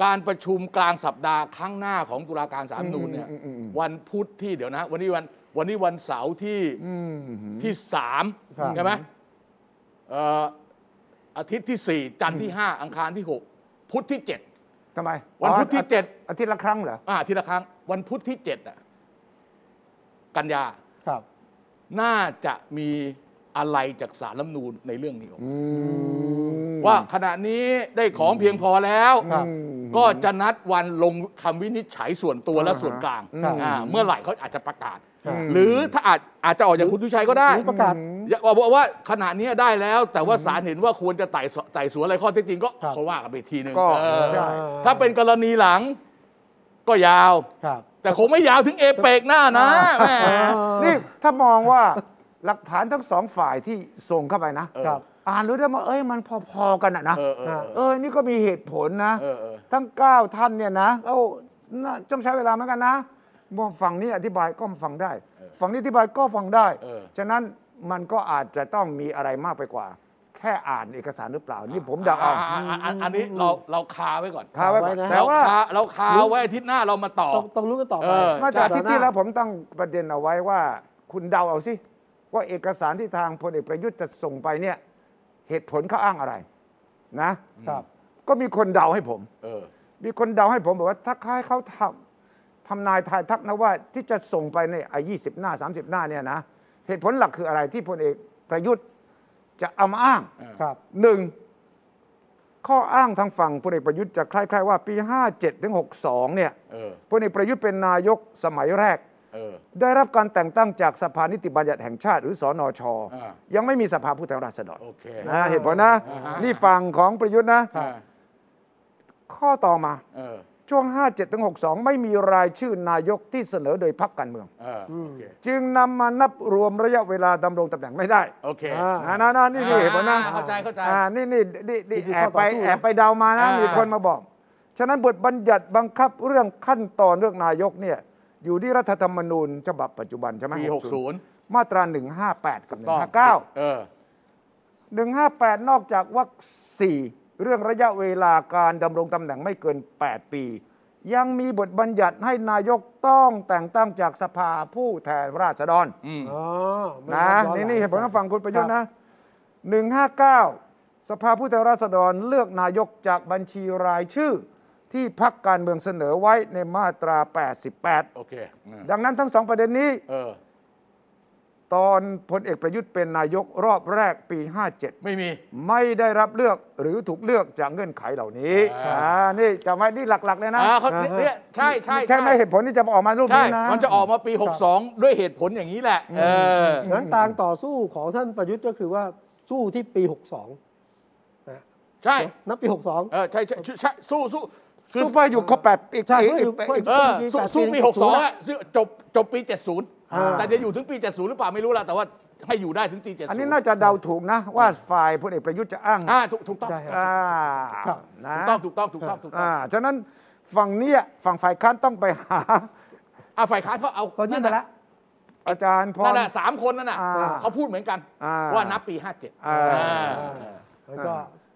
S2: การประชุมกลางสัปดาห์ครั้งหน้าของตุลาการสาลรฐธรรมนูนเนี่ย
S3: อืมอืมอืม
S2: วันพุธที่เดี๋ยวนะ วันนี้วันวันนี้วันเสาร์ที่
S3: อืม
S2: ที่สาม
S1: ครับ
S2: ใช่ไหมเอ่ออาทิตย์ที่สี่จันทร์ที่ห้าอังคารที่หกพุธที่เจ็ด
S3: ทำไม
S2: วันพุธที่
S3: อ๋อ
S2: เจ็ด
S3: อาทิตย์ละครั้งเหรอ
S2: อ่าอาทีละครั้ง วันพุธที่เจ็ดอะกันยา
S1: ครับ
S2: น่าจะมีอะไรจากสารรัฐธรรมนูนในเรื่องนี้ออกมา
S3: อืม
S2: ว่าขณะนี้ได้ของเพียงพอแล้ว
S3: ครับ
S2: ก็จะนัดวันลงคำวินิจฉัยส่วนตัวและส่วนกลาง
S3: อ่าฮะ
S2: อ่าเมื่อไหร่เขาอาจจะประกาศ
S1: ครับ
S3: ม
S2: หรือถ้าอาจอาจจะออกจากคุณทุชัยก็ได้
S1: หรือประกาศ
S2: อย่าบอกว่าขณะนี้ได้แล้ว แต่ว่าศาลเห็นว่าควรจะไต่สไต่สวนอะไรข้อเท็จจริงก็
S1: ครับ
S2: เขาว่ากันไปอีกทีหนึ่ง
S3: ก็
S2: เออ
S3: ใช่
S2: ถ้าเป็นกรณีหลังก็ยาว
S1: ครับ
S2: แต่คงไม่ยาวถึงเอเปกหน้านะแหม
S3: นี่ถ้ามองว่าหลักฐานทั้งสองฝ่ายที่ส่งเข้าไปนะ
S2: เออ
S1: ครับ
S3: อ่านรู้ได้ว่าเอ้ยมันพอๆกันอะนะ
S2: เออเออ
S3: เออ นี่ก็มีเหตุผลนะ
S2: เออเออ
S3: ทั้งเก้าท่านเนี่ยนะเอ้าน่าต้องใช้เวลาเหมือนกันนะมองฝั่งนี้อธิบายก็ฟังได้ ฝั่งนี้อธิบายก็ฟังได้
S2: เออ
S3: ฉะนั้นมันก็อาจจะต้องมีอะไรมากไปกว่า แค่อ่านเอกสารหรือเปล่า นี่ผมเดาเอา
S2: อ่อ่อ่อ่ะอันนี้เราเราคาไว้ก่อน
S3: คาไว้ก่อน
S1: เอาไว้นะ
S3: แต่
S2: เรา
S3: ว่า
S2: คาเราคาไว้อาทิตย์หน้าเรามาต่อ
S1: ต้องต้องรู้กันต่อไป
S2: เออ
S3: เมื่อจากอาที่ที่แล้ว
S1: สัปดาห์หน้า
S3: ผมตั้งประเด็นเอาไว้ว่า คุณเดาเอาสิว่าเอกสารที่ทางพลเอกประยุทธ์จะส่งไปเนี่ย เหตุผลเขาอ้างอะไร นะครับ ก็มีคนเดาให้ผม
S2: เออ
S3: มีคนเดาให้ผมบอกว่าถ้าคล้ายเขาทำทำนายทายทักนะว่าที่จะส่งไปในไอ้ยี่สิบหน้าสามสิบหน้าเนี่ยนะเหตุผลหลักคืออะไรที่พลเอกประยุทธ์จะเอามาอ้าง
S1: ครับ
S3: หนึ่งข้ออ้างทางฝั่งพลเอกประยุทธ์จะคล้าย ๆ ว่าปี 57ถึง62เนี่ย
S2: เออ
S3: พลเอกประยุทธ์เป็นนายกสมัยแรก
S2: เออ
S3: ได้รับการแต่งตั้งจากสภานิติบัญญัติแห่งชาติ หรือสอนอช
S2: อ่า
S3: ยังไม่มีสภาผู้แทนราษฎร
S2: โอเค
S3: นะเหตุผลนะ
S2: อ่าฮะ
S3: นี่ฝั่งของประยุทธ์นะ
S2: อ่า
S3: ข้อต่อมา
S2: เออ
S3: ช่วง 57ถึง62 ไม่มีรายชื่อนายกที่เสนอโดยพรรคการเมือง
S2: เออ โอเค
S3: จึงนำมานับรวมระยะเวลาดำรงตำแหน่งไม่ได้
S2: โอเค
S1: อ่า
S3: นะนะนะนี่นี่เห็นผมนะ
S2: อ่าเข้าใจเข้าใจ
S3: อ่านี่นี่นี่นี่
S1: นี่คือ
S3: แอบไป
S1: ข้อต่อสู้นะ
S3: แอบไปเดามานะ
S2: อ่ามี
S3: มีคนมาบอก ฉะนั้นบทบัญญัติบังคับเรื่องขั้นตอนเรื่องนายกเนี่ยอยู่ที่รัฐธรรมนูญฉบับปัจจุบันใช่ไหม
S2: ปี60
S3: มาตรา 158 กับ 159
S2: เออ
S3: 158 นอกจากวรรคสี่เรื่องระยะเวลาการดำรงตำแหน่งไม่เกิน 8 ปี ยังมีบทบัญญัติให้นายกต้องแต่งตั้งจากสภาผู้แทนราษฎร
S2: อืม
S1: อ๋อไม่
S3: นะ
S1: ย้อห
S3: นี่
S1: ลัง
S3: นี่เหตุผลทางฝั่งคุณประยุทธ์นะ 159 สภาผู้แทนราษฎรเลือกนายกจากบัญชีรายชื่อ ที่พักการเมืองเสนอไว้ในมาตรา
S2: โอเคอืม
S3: 88 ดังนั้นทั้งสองประเด็นนี้
S2: เออ
S3: ตอนพลเอกประยุทธ์เป็นนายกรอบแรกปี 57
S2: ไม่มี
S3: ไม่ได้รับเลือกหรือถูกเลือกจากเงื่อนไขเหล่านี้
S2: อ่า
S3: อ่านี่จำไว้นี่หลักๆเลยนะ
S2: อ่าเขา
S1: อ่าฮะ
S2: เนี่ยใช่ใช่
S3: ใช่ไหมเหตุผลที่จะออกมารูป
S2: ใช่
S3: นี้นะ
S2: มันจะออกมาปี 62 ด้วยเหตุผลอย่างนี้แหละ เออ
S1: งั้นต่างต่อสู้ของท่านประยุทธ์ก็คือว่าสู้ที่ปี 62นะ
S2: ใช่
S1: นับปี 62
S2: เออ ใช่ใช่ใช่ใช่สู้สู้คือ
S3: ซูเปอร์อยู่ครบแปดอีก
S1: ใช่
S3: อีก
S1: เพื่ออยู่
S3: อีก
S1: เพื่ออยู่
S2: เออสู้สู้ปี
S1: ปี
S2: 62
S1: 70
S2: อ่ะซึ่งจบจบปี
S1: อ่า
S2: 70 แต่จะอยู่ถึงปี 70 หรือเปล่าไม่รู้ละแต่ว่าให้อยู่ได้ถึงปี 70
S3: อั
S2: อั
S3: นนี้น่าจะเดาถูกนะ ว่าฝ่ายพลเอกประยุทธ์จะอ้าง
S2: อ่าถูกถูกต้อง
S1: ใช่ครับ
S3: อ่า
S1: ครับ
S3: นะ
S2: ถูกต้องถูกต้องถูกต้องถูกต้อง
S3: อ่าฉะนั้นฝั่งเนี้ยฝั่งฝ่ายค้านต้องไปหา
S2: อ่าฝ่ายค้านเขาเอา
S1: ก็ยื่นไปแล้ว
S3: อาจารย์พร
S2: นั่นแหละสามคนนั่นน่ะ
S3: อ่า
S2: เขาพูดเหมือนกัน
S3: อ่า
S2: ว่านับปี 57
S3: อ่า
S2: อ่า
S1: มันก็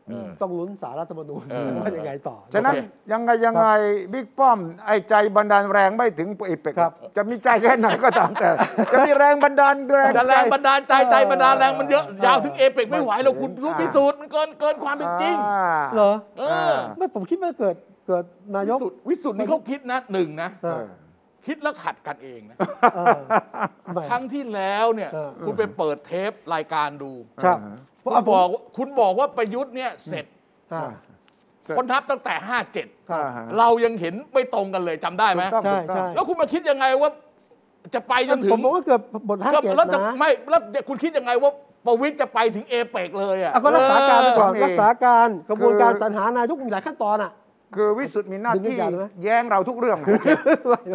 S2: เออ
S1: ต้องลุ้นสารรัฐธรรมนูญ
S2: เออ
S1: ว่ายังไงต่อ
S3: ฉะนั้น
S2: โอเค
S3: ยังไงยังไงบิ๊กป้อม ไอ้ใจบันดาลแรงไม่ถึงไอ้เป็ก
S1: ครับ
S3: จะมีใจแค่ไหนก็ตาม แต่ จะมีแรงบันดาลแรง
S2: จะแร
S3: ใจ
S2: งบันดาลใจใจบันดาลแรงมันเยอะ
S1: เออ
S2: ยาวถึงเอเปกไม่ไหวหรอกคุณรู้
S3: อ่า
S2: พิสูจน์มันเกินเกินความเป็นจริง
S3: อ่า
S1: เหรอ
S2: เออ
S1: ไม่ผมคิดว่าเกิดเกิดนายก
S2: วิสุทธิ์วิสุทธิ์นี่เขาคิดนะหนึ่งนะ
S1: เออ
S2: คิดแล้วขัดกันเองนะ
S1: เออไม่
S2: ครั้งที่แล้วเนี่ย
S1: เออ
S2: คุณไปเปิดเทปรายการดู
S1: ครับ
S2: คุณบอกว่าคุณบอกว่าประยุทธ์เนี่ยเสร็จ
S1: อ่า
S3: เสร็จ
S2: คนทับตั้งแต่ 57
S3: อ่าฮะ
S2: เรายังเห็นไม่ตรงกันเลยจำได้ไหม
S3: ถูกต้อง
S1: ใช่ใช่
S2: แล้วคุณมาคิดยังไงว่า จะไปจนถึง
S1: ผมบอกว่าเกิดบทห้าเจ็ด
S2: แล้วจะ
S1: นะ
S2: ไม่แล้วคุณคิดยังไงว่าประวิตยจะไปถึงเอเปกเลยอ่ะ
S1: อ่ะก็รักษาการไปก่อน
S3: เออ
S1: รักษาการกระบวนการ
S3: คือ
S1: สรรหานายกมีหลายขั้นตอนอ่ะ
S3: คือวิสุทธิ์มีหน้า
S1: ดึงทุ
S3: ที่
S1: กอย่างเลยไหม
S3: แย้งเราทุกเรื่อง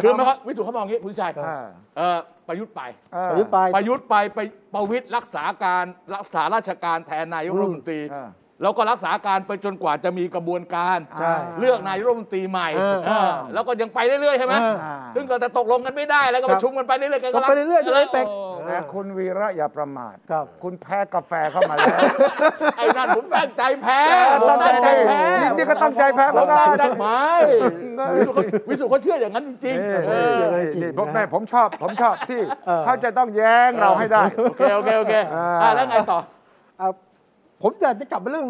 S2: คือหมายความว่าวิสุทธิ์เขามองอย่างนี้คุณชัย
S3: อ่า
S2: เออประยุทธ์ไป
S3: อ่า
S1: ประยุทธ์ไป
S2: ประยุทธ์ไปไปประวิตยรักษาการรักษาราชการแทนนายกรัฐมนตรี
S3: อืมอ่า
S2: แล้วก็รักษาการไปจนกว่าจะมีกระบวนการ
S1: ใช่
S2: เลือกนายกรัฐมนตรีใหม่
S1: อ่า
S2: เออแล้วก็ยังไปเรื่อยๆใช่ไหม
S1: อ่า
S3: อ่า
S2: ซึ่งก็จะตกลงกันไม่ได้แล้วก็
S1: ครั
S2: ป
S1: บ
S2: ระชุมกันไปเรื่อยๆกัน
S1: ก็ไปเรื่อยๆจนได้เป๊ก
S2: โอ้
S3: แต่คุณวีระอย่าประมาท
S1: ครับ
S3: คุณแพ้กาแฟเข้ามาแล้ว
S2: ไอ้นั่นผมตั้งใจแพ้ผม
S3: ตั้
S2: ตั้
S3: ง
S2: งใจ
S3: ใจ
S2: แพ้
S3: นี่นี่ก็ตั้งใจแพ้
S2: ผ
S3: ผม
S2: ม
S3: ได้
S2: ตั้งใจ
S3: นะ
S2: ไหมวิสุทธิ์เขาวิสุทธิ์เขาเชื่ออย่างนั้นจริง
S3: นี่
S2: ๆเออ
S3: นี่ผมแม่ผมชอบ ผมชอบที่
S1: เออ
S3: เขาจะต้องแย้งเราให้ได้
S2: โอเคโอเคโอเคอ่ะแล้วไงต่อ
S1: อ่ะผมจะจะกลับมาเรื่อง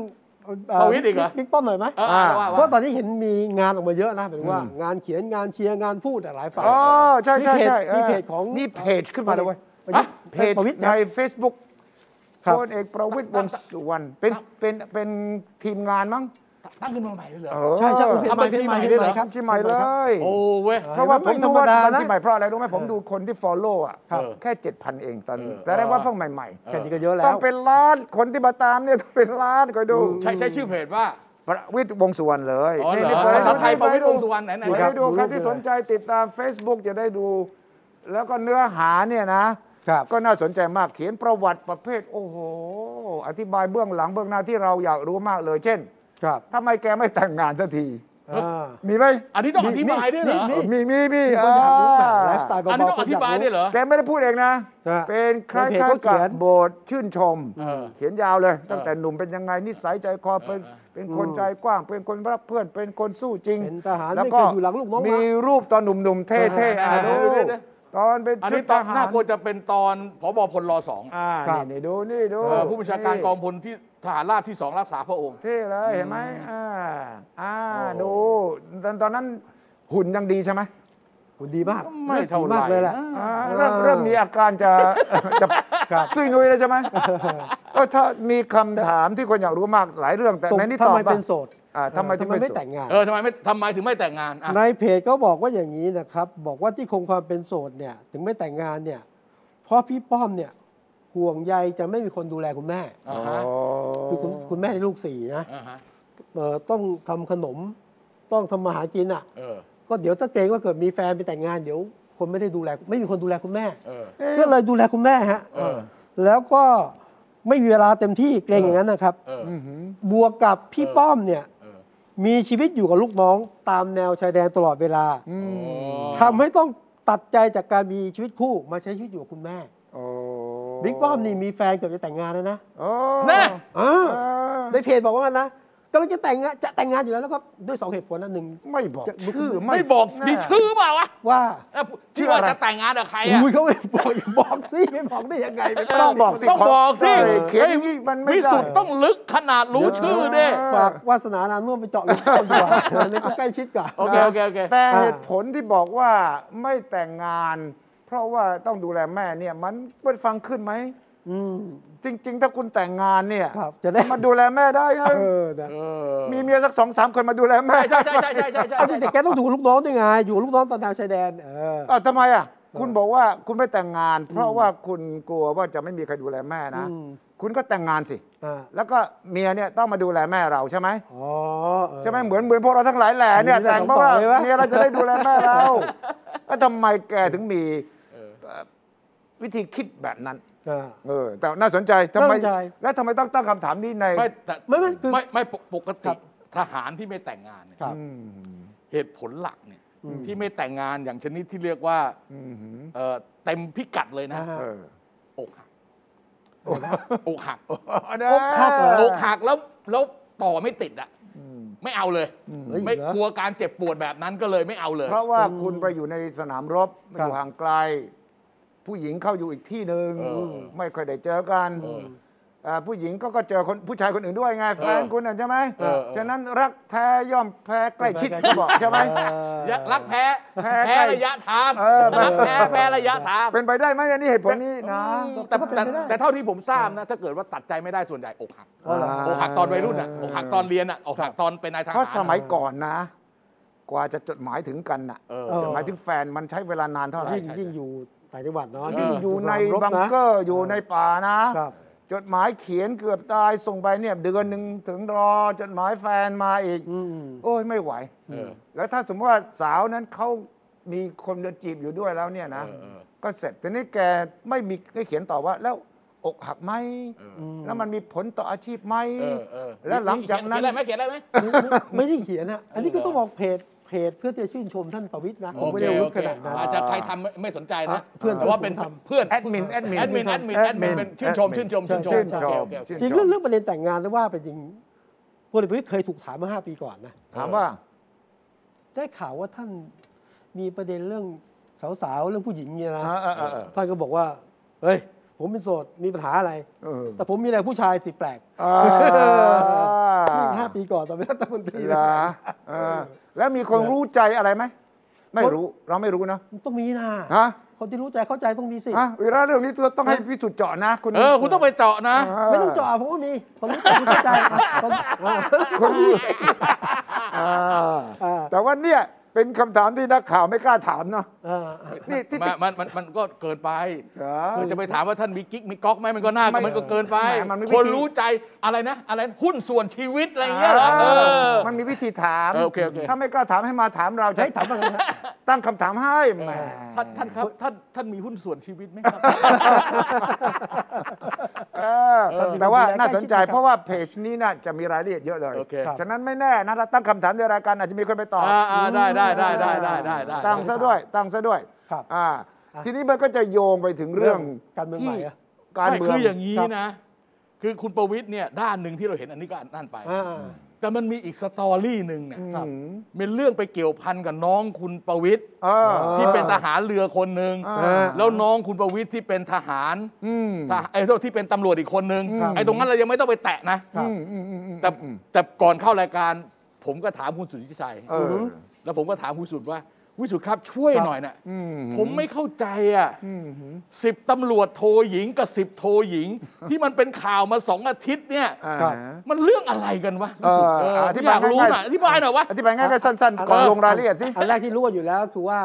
S1: เ
S2: ประวิตรอีกเหรอ
S1: บิ๊กป้อมหน่อยไหม
S2: เอออ่ะว่า
S1: เพ
S2: ว่า
S1: ราะตอนนี้เห็นมีงานออกมาเยอะนะหมายถึงว่างานเขียนงานเชียร์งานพูดหลายฝ่าย
S3: อ๋อใช่ใช่ใช่
S1: นี่เพจของ
S3: นี่เพจขึ้นมาเลยเว้ย
S1: ประยุทธ์
S3: เพจ
S1: ประวิตร
S3: ใน
S1: นะ
S3: Facebook
S1: ครับ
S3: พลเอกประวิตรวงษ์สุวรรณเป็นเป็นเป็นทีมงานมั้ง
S2: ตั้งขึ้นมาใหม่เลยเหรอ
S3: เออ
S1: ใช่ใช่โอเค
S2: ทำบัญชีใหม่
S1: เพจ
S2: ด้วยเหรอ
S1: ครับ
S3: ชื่อใหม่เลย
S2: โอ้เว้ย
S1: ออ
S3: เพราะว่าผมดูว่า
S1: ไม่ธรรมดานะ
S3: บัญชีใหม่เพราะอะไรรู้ไหมผมดูคนที่ follow อ่ะ
S2: ครับ
S3: แค่ 7,000 เองตอนนี้แต่ได้ว่าเพิ่งใหม่
S1: แค่นี้ก็เยอะ
S3: ๆ
S1: แล้
S3: ต้อง
S1: ว
S3: เป็นล้านคนที่มาตามเนี่ยต้องเป็นล้านคอยดู
S2: ใช้ใช้ชื่อเพจว่า
S3: ประวิตรวงษ์สุวรรณเลย
S2: อ๋อเหรอ
S3: นี่ๆปดู
S2: ภาษาไทยประวิตรวงษ์สุวรรณไหนๆ
S3: ไป
S1: ครับ
S3: ดู
S1: ดู
S3: ใคร
S1: รูป
S3: ที่
S1: เลย
S3: สนใจติดตาม Facebook จะได้ดู แล้วก็เนื้อหาเนี่ยนะ
S1: ครับ
S3: ก็น่าสนใจมากเขียนประวัติประเภท โอ้โห อธิบายเบื้องหลังเบื้องหน้าที่เราอยากรู้มากเลย เช่น
S1: ครับ
S3: ทำไมแกไม่แต่งงานสักที
S1: อ่า
S3: มีไหม
S2: อันนี้ต้องอธิบายด้วยเหรอ
S1: นี่
S3: มีมีมี
S1: มีคนอยากรู้แบบไลฟ์สไตล์เบาๆ
S2: อันนี้ต้องอธิบายด้วยเหรอ
S3: แกไม่ได้พูดเองนะ
S1: ฮะ
S3: เป็นคล้าย
S1: ในเพจ
S3: ๆ
S1: ก็
S3: กั
S1: เขีย
S3: บ
S1: น
S3: โบทชื่นชม
S2: เออ
S3: เขียนยาวเลย ตั้งแต่หนุ่มเป็นยังไงนิสัยใจคอเป็น
S2: เออเออ
S3: เป็นคนใจกว้าง เป็นคนรักเพื่อนเป็นคนสู้จริง
S1: เป็นทหาร
S3: แล้ว
S1: ไม่
S3: ก็
S1: เคยอยู่หลังลูกน้อง
S3: มี
S1: นะ
S3: รูปตอนหนุ่มๆเท่ๆอ่ะ
S2: เอ
S3: ดู
S2: อเดี๋ยว
S3: ตอนเป็น
S2: อัน
S3: ชุ
S2: นี้
S3: ด
S2: ต
S3: ท
S2: อน
S3: หาร
S2: น่าควรจะเป็นตอนผบพลรอสอง
S3: อ่า
S1: ครับ
S3: นี่นี่ดูนี่ดู
S2: เอ่อผู้บัญชาการกองพลที่ทหารราบที่สองรักษาพระองค์
S3: เท่เลยเห็นไหมอ่าอ่า
S2: โอ้
S3: ดูตอนตอนนั้นหุ่นยังดีใช่ไหม
S1: คุณดีมาก
S2: ไม่เท่าไหร่
S1: มากเลยแหละ
S3: อ่าเริ่มเริ่มมีอาการจะ จะตุ้ยนุ้ยแล้วใช่ไหม เออถ้ามีคำถามที่คนอยากรู้มากหลายเรื่องแต่
S1: ตรง
S3: ในนี้
S1: ทำ
S3: ตอบ
S1: ไม
S3: ปะ
S1: เป็นโสด
S3: อ่าทำไมถึงเป็น
S1: ไม่
S3: โสด
S1: แต่งงาน
S2: เออทำไมไม่ทำไมถึงไม่แต่งงานอ่ะ
S1: ในเพจก็บอกว่าอย่างนี้นะครับ บอกว่าที่คงความเป็นโสดเนี่ย ถึงไม่แต่งงานเนี่ย เพราะพี่ป้อมเนี่ยห่วงใยจะไม่มีคนดูแลคุณแม่
S2: อ่า
S3: อ๋อ
S2: ฮะ
S1: คือคุณคุณแม่ในลูกสี่นะ
S2: อ่าฮะ
S1: เอ่อต้องทำขนม ต้องทำมาหากินอ่ะ
S2: เออ
S1: ก็เดี๋ยวถ้าเกรงว่าเกิดมีแฟนไปแต่งงานเดี๋ยวคนไม่ได้ดูแลไม่มีคนดูแลคุณแม่
S2: เออ
S3: เอ๊ะ
S1: ก็เลยดูแลคุณแม่ฮะ
S2: เออ
S1: แล้วก็ไม่มีเวลาเต็มที่เกรงอย่างนั้นนะครับ
S2: เออ
S3: หือบ
S1: วกกับพี่ป้อมเนี่ย
S2: เออ
S1: มีชีวิตอยู่กับลูกน้องตามแนวชายแดนตลอดเวลา
S2: โอ้
S1: ทำให้ต้องตัดใจจากการมีชีวิตคู่มาใช้ชีวิตอยู่กับคุณแม่
S3: โอ้
S1: บิ๊กป้อมนี่มีแฟนเกือบจะแต่งงานแล้วนะ
S3: โอ้
S2: แน่
S1: เออในเพจบอกว่านะกำลังจะแต่งงานจะแต่งงานอยู่แล้วแล้วก็ด้วยสองเหตุผลนะหนึ่ง
S3: ไม่บอก
S1: จะ
S3: ชื่อ
S2: ไม่บอก
S3: แน่
S2: มีชื่อเปล่าวะ
S1: ว่า
S2: แล้ว
S3: ชื่
S2: ที่
S3: อ
S2: ว่า
S3: อะไร
S2: จะแต่งงานกับใครอ่ะ
S1: อุ้ยเขาไม่บอกอย่าบอกสิไม่บอกได้ยังไงไม่
S2: ต้
S1: ต้
S2: อ
S1: อง ง
S2: บบ อ
S1: อก ก
S2: สิ
S1: สิ
S3: ต้องบอก
S2: ข
S3: สิ
S2: อ
S3: เขียนอย่างนี้มันไม่
S2: วิ
S3: ได้
S2: สุทธ์ต้องลึกขนาดรู้ชื่อดิ
S3: เออ
S1: ฝากวาสนานานุ่วมไปเจาะลึกก่อนดีกว่าอันนี้ก็ใกล้ชิดกว่า
S2: โอเคโอเคโอเค
S3: แต่
S1: อ่า
S3: เหตุผลที่บอกว่าไม่แต่งงาน เพราะว่าต้องดูแลแม่เนี่ยมันมันฟังขึ้นไหม
S1: อืม
S3: จริง ๆ ถ้าคุณแต่งงานเนี่ย
S1: ครับจะได้
S3: มาดูแลแม่ได้นะ
S1: เออนะ
S2: เออ
S3: มีเมียสักสองสามคนมาดูแลแม่
S2: ใช่ใช่ใช่ใช่ใช่ใช่ใช่
S1: เอาดิแต่แกต้องอยู่กับลูกน้องด้วยไงอยู่กับลูกน้องตอนแนวชายแดนเออ
S3: เอ้าทำไมอ่ะ คุณบอกว่าคุณไม่แต่งงาน เพราะว่าคุณกลัวว่าจะไม่มีใครดูแลแม่นะ
S1: อืม
S3: คุณก็แต่งงานสิ
S1: อ่า
S3: แล้วก็เมียเนี่ยต้องมาดูแลแม่เราใช่ไหม
S1: อ๋อเออ
S3: ใช่ไหมเหมือนเหมือนพวกเราทั้งหลายแหล่เนี่ย
S1: มีเรื่อง
S3: แต่งเพราะว่า
S1: ต่อเลยวะ
S3: เมียเราจะได้ดูแลแม่เราแล้วทำไมแกถึงมีเอ่อวิธีคิดแบบนั้น
S1: อ่า
S3: เออแต่น่าสนใจทำ
S1: น่า
S3: ไม
S1: สนใจ
S3: แล้วทำไมต้องตั้งคำถามนี้ใน
S2: ไม่แต่
S1: ไม่ไม่คือ
S2: ไม่ไม่ปก
S1: ค
S2: ติ
S1: รับ
S2: ทหารที่ไม่แต่งงานเนี่ย
S1: ครับ
S3: อืม
S2: เหตุผลหลักเนี่ยที่ไม่แต่งงานอย่างชนิดที่เรียกว่า
S3: อืม
S2: เอ่อเต็มพิกัดเลยนะ
S1: อ่าฮะ
S3: เออ
S2: อกหัก อกหัก
S1: อกหักเหรอ
S2: อกหักแล้วแล้วต่อไม่ติดอ่ะ
S3: อืม
S2: ไม่เอาเลย
S1: เฮ้ย
S2: ไม่
S1: เหรอ
S2: กลัวการเจ็บปวดแบบนั้นก็เลยไม่เอาเลย
S3: เพราะว่าคุณไปอยู่ในสนามรบ
S1: ครั
S3: อบ ยู่ห่างไกล ผู้หญิงเข้าอยู่อีกที่หนึ่ง
S2: เออ
S3: ไม่ค่อยได้เจอกัน
S2: เออ
S3: อ่าผู้หญิงก็ก็เจอคนผู้ชายคนอื่นด้วยไงแฟน
S2: เออ
S3: คุณน่ะใช่ไหม
S2: เออเออ
S3: ฉะนั้นรักแท้ย่อมแพ้ใกล้ชิดก็บอกใช่ไหม
S2: ยะรักแพ้
S3: แพ้
S2: แพ้
S3: ใกล้
S2: ระยะทาง
S3: เออ
S2: รักแพ้แพ้ระยะทาง
S3: เป็นไปได้ไหมอันนี้เหตุผลนี้นะ
S2: แต่
S1: ก็เป็น
S2: แต่
S1: ไปได้
S2: แต่เท่าที่ผมทราบนะ ถ้าเกิดว่าตัดใจไม่ได้ส่วนใหญ่อกหัก
S1: อ๋อเหรอ
S2: อกหักตอนวัยรุ่นอ่ะอกหักตอนเรียนอ่ะอกหักตอนเป็นนายทหาร
S3: เพราะสมัยก่อนนะ กว่าจะจดหมายถึงกันน่ะ
S2: เออ
S3: จดหมายถึงแฟนมันใช้เวลานานเท่าไหร่
S1: ยิ่ง
S2: ใช่
S1: ยิ่งอยู่ต่างจังหวัดเนาะ
S2: ยิ่ง
S3: อยู่ใน
S1: สาม
S3: บัง
S1: นะ
S3: เกอร์อยู่ในป่านะ
S1: ครับ
S3: จดหมายเขียนเกือบตายส่งไปเนี่ยเดือนหนึ่งถึงรอจดหมายแฟนมาอีก
S1: อืม
S3: โอ้ยไม่ไหว
S2: เออ
S3: แล้วถ้าสมมติว่าสาวนั้นเขามีคนจะจีบอยู่ด้วยแล้วเนี่ยนะ
S2: เออเออ
S3: ก็เสร็จแต่นี่แกไม่มีไม่เขียนต่อว่า แล้วอกหักไหม
S2: เออ
S3: แล้วมันมีผลต่ออาชีพไหม
S2: เออเออ
S3: แล้วหลังจากนั้น
S2: เขียนได้ไหมเขียนได้ไหม
S1: ไม่ไม่ได้เขียนนะ อันนี้ก็ต้องบอกเพจ เพจเพื่อที่จะชื่นชมท่านประวิตรนะ ผมไม่ได้รู้ขนาดนั้น
S2: อาจจะใครทำไม่ไม่สนใจ
S1: อ่ะ
S2: นะ
S1: เพื่อน
S2: แต่ว่าเป็น
S1: ผมทำ
S2: เพื่อน
S3: แอดมินแอดมิน
S2: แอดมินแอดมินแอดมินเป็นชื่นชมชื่นชมชื่นชม
S3: ชื่นช
S2: โอเคโอเค
S3: ม
S2: โอเค
S3: ชื่นชม
S1: จริงเรื่องเรื่องประเด็นแต่งงานนะว่าเป็นจริงพลเอกประวิตรเคยถูกถามมาห้าปีก่อนนะ
S3: ถามว่า
S1: ได้ข่าวว่าท่านมีประเด็นเรื่องสาวๆ เรื่องผู้หญิงเนี่ยนะ
S3: เออเออเออเออ
S1: ท่านก็บอกว่า เฮ้ย ผมเป็นโสด มีปัญหาอะไร
S3: เออ
S1: แต่ผมมีอะไรผู้ชายสิแปลก
S3: อ่า
S1: นี่ห้าปีก่อนตอนเป็นรัฐมนตรี
S3: เหร
S1: นะ
S3: อเออแล้วมีคนรู้ใจอะไรไหม ไม่รู้เราไม่รู้นะ
S1: มันต้องมีนะ
S3: ฮะ
S1: คนที่รู้ใจเข้าใจต้องมีสิ
S3: อ่ะเวลาเรื่องนี้ต้องให้พิสุทธิ์เจาะนะคุณ
S2: เออ คุณต้องไปเจาะนะ
S1: ไม่ต้องเจ่อผมว่ามีคนรู้ใจเข้าใจอ่ะคนอ่ะคนมี
S3: อ่า
S1: อ่า
S3: แต่ว่าเนี่ยเป็นคำถามที่นักข่าวไม่กล้าถามเนาะ
S1: อ่า
S3: นี่ที่
S2: มันมันมันมันก็เกินไป
S3: อ่า
S2: เออจะไปถามว่าท่านมีกิ๊กมีก๊อกไหมมันก็น่า
S3: ไม่
S2: มันก็เกินไป
S3: แหมมันไม่
S2: คนรู้ใจอะไรนะ อะไรนะหุ้นส่วนชีวิตอะไรอย่างเงี้ยเหรอเออ
S3: มันมีวิธีถาม
S2: เออโอเคโอเค
S3: ถ้าไม่กล้าถามให้มาถามเราจะให้ถามอะไรนะตั้งคำถามให้แหม
S2: ท่านท่านครับท่านท่านมีหุ้นส่วนชีวิตไหมครับ
S3: เออแต่ว่าน่าสนใจเพราะว่าเพจนี้น่าจะมีรายละเอียดเยอะเลย
S2: โอเค
S3: ฉะนั้นไม่แน่นะเราตั้งคำถามในรายการอาจจะมีคนไปตอบ
S2: อ่าอ่าได้ได้ได้ได้ได้ได้ได้
S3: ตั้งซะด้วยตั้งซะด้วย
S1: ครับ
S3: อ่า
S1: อ่ะ
S3: ทีนี้มันก็จะโยงไปถึงเรื่อง
S1: เรื่องการเมือง
S3: ที่
S1: ใหม่อะ
S3: การ
S2: ไม่
S3: เมือง
S2: คืออย่างนี้
S1: ครับ
S2: นะ คือคุณประวิทย์เนี่ยด้านหนึ่งที่เราเห็นอันนี้ก็อันนั่นไป
S1: อ่า
S2: แต่มันมีอีกสตอรี่หนึ่งเนี่ย
S1: ครับ
S2: เป็นเรื่องไปเกี่ยวพันกับน้องคุณประวิทย์
S3: เออ
S2: ที่เป็นทหารเรือคนหนึ่ง
S3: อ่า
S2: แล้วน้องคุณประวิทย์ที่เป็นทหาร
S3: อืม
S2: ทหารไอ้โทษที่เป็นตำรวจอีกคนหนึ่ง
S3: ครับ
S2: ไอ้ตรงนั้นเรายังไม่ต้องไปแตะนะ
S1: ครับ
S3: อืมอืมอืมอืม
S2: แต่
S3: อืม
S2: แต่ก่อนเข้ารายการ ผมก็ถามคุณสุทธิชัย
S3: เออ
S2: แล้วผมก็ถามคุณสุทธิว่าวิสุทธิครับช่วยหน่อยนะ
S3: อืม
S2: ผมไม่เข้าใจอ่ะ
S3: อืม
S2: สิบตำรวจโทหญิงกับสิบโทหญิง ที่มันเป็นข่าวมาสองอาทิตย์เนี่ย
S3: อ่า
S1: ครับ
S2: มันเรื่องอะไรกันวะ
S3: เออ
S2: เอ
S3: อ
S2: อบ
S3: ธิาย
S2: ยากรู้หน่อย
S3: ง่ายๆ
S2: อธิบายหน่อยวะ
S3: อธิบายง่ายๆสั้นๆก่อนลงรายละเอียดสิ
S1: อันแรกที่รู้กันอยู่แล้วคือว่า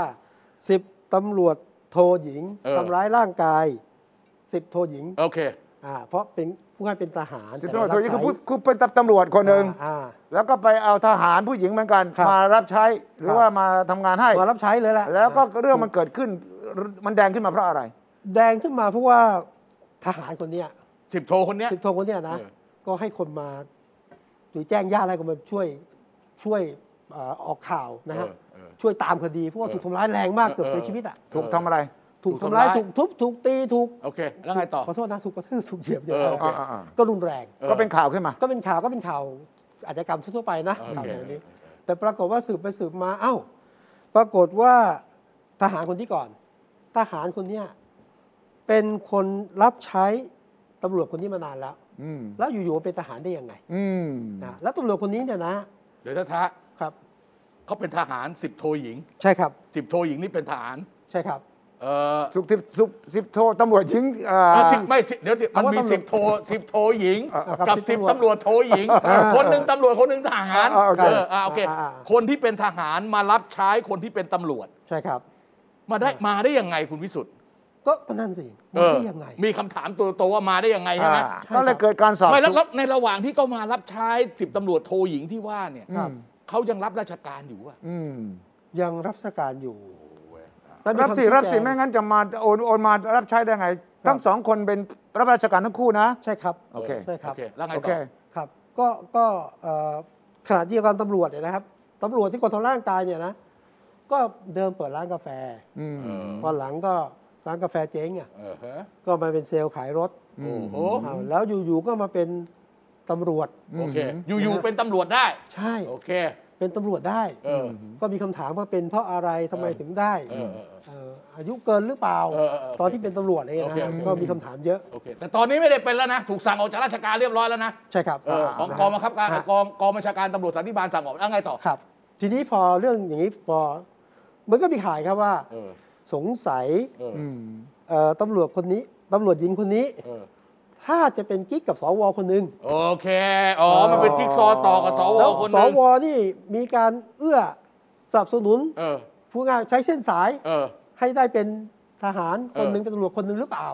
S1: สิบตำรวจโทหญิง
S2: เออ
S1: ทำร้ายร่างกายสิบโทหญิง
S2: โอเค
S1: อ่าเพราะเป็นผู้ให้เป็นทหาร
S3: สิบตำรวจโท
S1: แต่
S3: ยิง
S1: รับ
S3: คือผู้คือเป็นตำรวจคนหนึ่ง
S1: อ่า
S3: แล้วก็ไปเอาทหารผู้หญิงเหมือนกัน
S1: ครับ
S3: มารับใช้หรื
S1: ครั
S3: อบ ว่ามาทำงานให้
S1: มารับใช้เลยแหละ
S3: แล้วก็เรื่องมันเกิดขึ้นมันแดงขึ้นมาเพราะอะไร
S1: แดงขึ้นมาเพราะว่าทหารคนเนี้ย
S2: สิบโทคนเนี้ย
S1: สิบโทคนเนี้ยนะ
S2: เออ
S1: ก็ให้คนมาหรือแจ้งญาติอะไรก็มาช่วยช่วยเอ่อออกข่าวนะฮะ
S2: เออเออ
S1: ช่วยตามคดีเพราะว่า
S2: เออ
S1: ถูกทำร้ายแรงมากเกือบ
S2: เออ
S1: เสียชีวิตอ่ะ
S3: ถูกทำอะไร
S1: ถูกทำร้าย
S2: ถู
S1: ถูก
S2: กทำร้าย
S1: ทุบถูกตีถูก
S2: โอเค แล้วไงต่อ
S1: ขอโทษนะถูกกระทืบถูกเหยียบอย่าง
S2: เออ
S1: ไร
S2: โค
S3: อ่าอ่าอ่า
S1: ก็รุนแรง
S2: ออ
S3: ก็เป็นข่าวขึ้นมา
S1: ก็เป็นข่าวก็เป็นข่าวอาชญากรรมทั่วๆไปนะ
S2: โอเค
S1: ข่าวแบบนี้ แต่ปรากฏว่าสืบไปสืบมาเอ้า ปรากฏว่าทหารคนที่ก่อน ทหารคนเนี้ยเป็นคนรับใช้ตำรวจคนนี้มานานแล้ว
S3: อืม
S1: แล้วอยู่ๆเป็นทหารได้ยังไง
S3: อืม
S1: นะแล้วตำรวจคนนี้เนี่ยนะ
S2: เดี๋ยวท้า
S1: ครับ
S2: เขาเป็นทหารสิบโทหญิง
S1: ใช่ครับ
S2: สิบโทหญิงนี่เป็นทหาร
S1: ใช่ครับ
S2: เออ
S3: สุบสิบสุบสิบโทตำรวจหญิงอ่า
S2: เอ้ยสิบไม่สิบเดี๋ยวสิมัน
S1: เอาว่า
S2: มี
S1: ตำรวจ
S2: สิบโทสิบโทหญิง
S1: อ่ากั
S2: กับบ สิบ
S1: 10
S2: ตำรวจโทหญิง
S1: อ่า
S2: คนหนึ่งตำรวจคนหนึ่งทหาร
S3: อ่าโอเค
S2: เอออ่าโอเค
S1: อ่าอ่า
S2: คนที่เป็นทหารมารับใช้คนที่เป็นตำรวจ
S1: ใช่ครับ
S2: มาได้มาได้ยังไงคุณวิสุทธิ์
S1: ก็ก็นั่นสิมัน
S2: เออ
S1: ได้ยังไง
S2: มีคำถามตัวโตว่ามาได้ยังไงใช่ไหม
S3: อ่าก็เลยเกิดการสอบ
S2: ไม่แล้ว
S3: สวน
S2: แล้วในระหว่างที่เขามารับใช้สิบตำรวจโทหญิงที่ว่าเนี่ย
S3: ครับ
S2: เขายังรับราชการอยู่อะ
S3: อืม
S1: ยังรับราชการอยู่แต่มี
S3: รับ
S1: คำ
S3: สิ
S1: ชี้
S3: รับสิ
S1: แจง
S3: ไม่งั้นจะมาโอนโอนมารับใช้ได้ไง
S1: ครับ
S3: ทั้งสองคนเป็นรับราชการทั้งคู่นะ
S1: ใช่ครับ
S3: โอเค
S1: ใช่ครับ
S2: โอเคแล้วไง
S3: โอ
S2: ต่
S3: เค
S2: อ
S1: ครับ ก็ ก็เอ่อขณะที่กองตำรวจเนี่ยนะครับตำรวจที่กองทำร่างกายเนี่ยนะ ก็เดิมเปิดร้านกาแฟ
S3: อืม
S2: เออ
S1: ตอนหลังก็ ร้านกาแฟเจ๊งอ่ะ
S2: เออฮะ
S1: ก็มาเป็นเซลล์ขายรถ
S2: โอ้โห
S1: อ้าวแล้วอยู่ๆก็มาเป็นตำรวจ
S2: โอเค
S1: อืม
S2: อยู่ๆเป็นตำรวจได้
S1: ใช่
S2: โอเค
S1: เป็นตำรวจได้
S2: เออ
S1: ก็มีคำถามว่าเป็นเพราะอะไรทำไม
S2: เออ
S1: ถึงได้
S2: เออเออเออ
S1: เอ่ออายุเกินหรือเปล่า
S2: เออเออเออ
S1: ตอนที่เป็นตำรวจเนี่ย
S2: โอ
S1: นะ
S2: เคโอเค
S1: ก็มีคำถามเยอะ
S2: โอเค แต่ตอนนี้ไม่ได้เป็นแล้วนะ ถูกสั่งออกจากราชการเรียบร้อยแล้วนะ
S1: ใช่ครับ
S2: เออของ
S1: นะ
S2: กองบังคับการ
S1: ฮะ
S2: กองกองบัญชาการตำรวจสันติบาลสั่งออกแล้วไงต่อ
S1: ครับ ทีนี้พอเรื่องอย่างนี้พอมันก็มีข่ายครับว่า
S2: เออ
S1: สงสัย
S2: เออ
S1: เอ่อตำรวจคนนี้ตำรวจหญิงคนนี้
S2: เออ
S1: ถ้าจะเป็นกิ๊กกับสวคนหนึ่ง
S2: โอเค อ๋อ มันเป็นจิ๊กซอว์ต่อกับสว
S1: แล้ว
S2: คนห
S1: ส
S2: นึง
S1: วนี่มีการเอื้อสนับสนุน
S2: เออ
S1: ผู้งานใช้เส้นสาย
S2: เออ
S1: ให้ได้เป็นทหารคน
S2: เออ
S1: หนึ่งเป็นตำรวจคนหนึ่งหรือเปล่า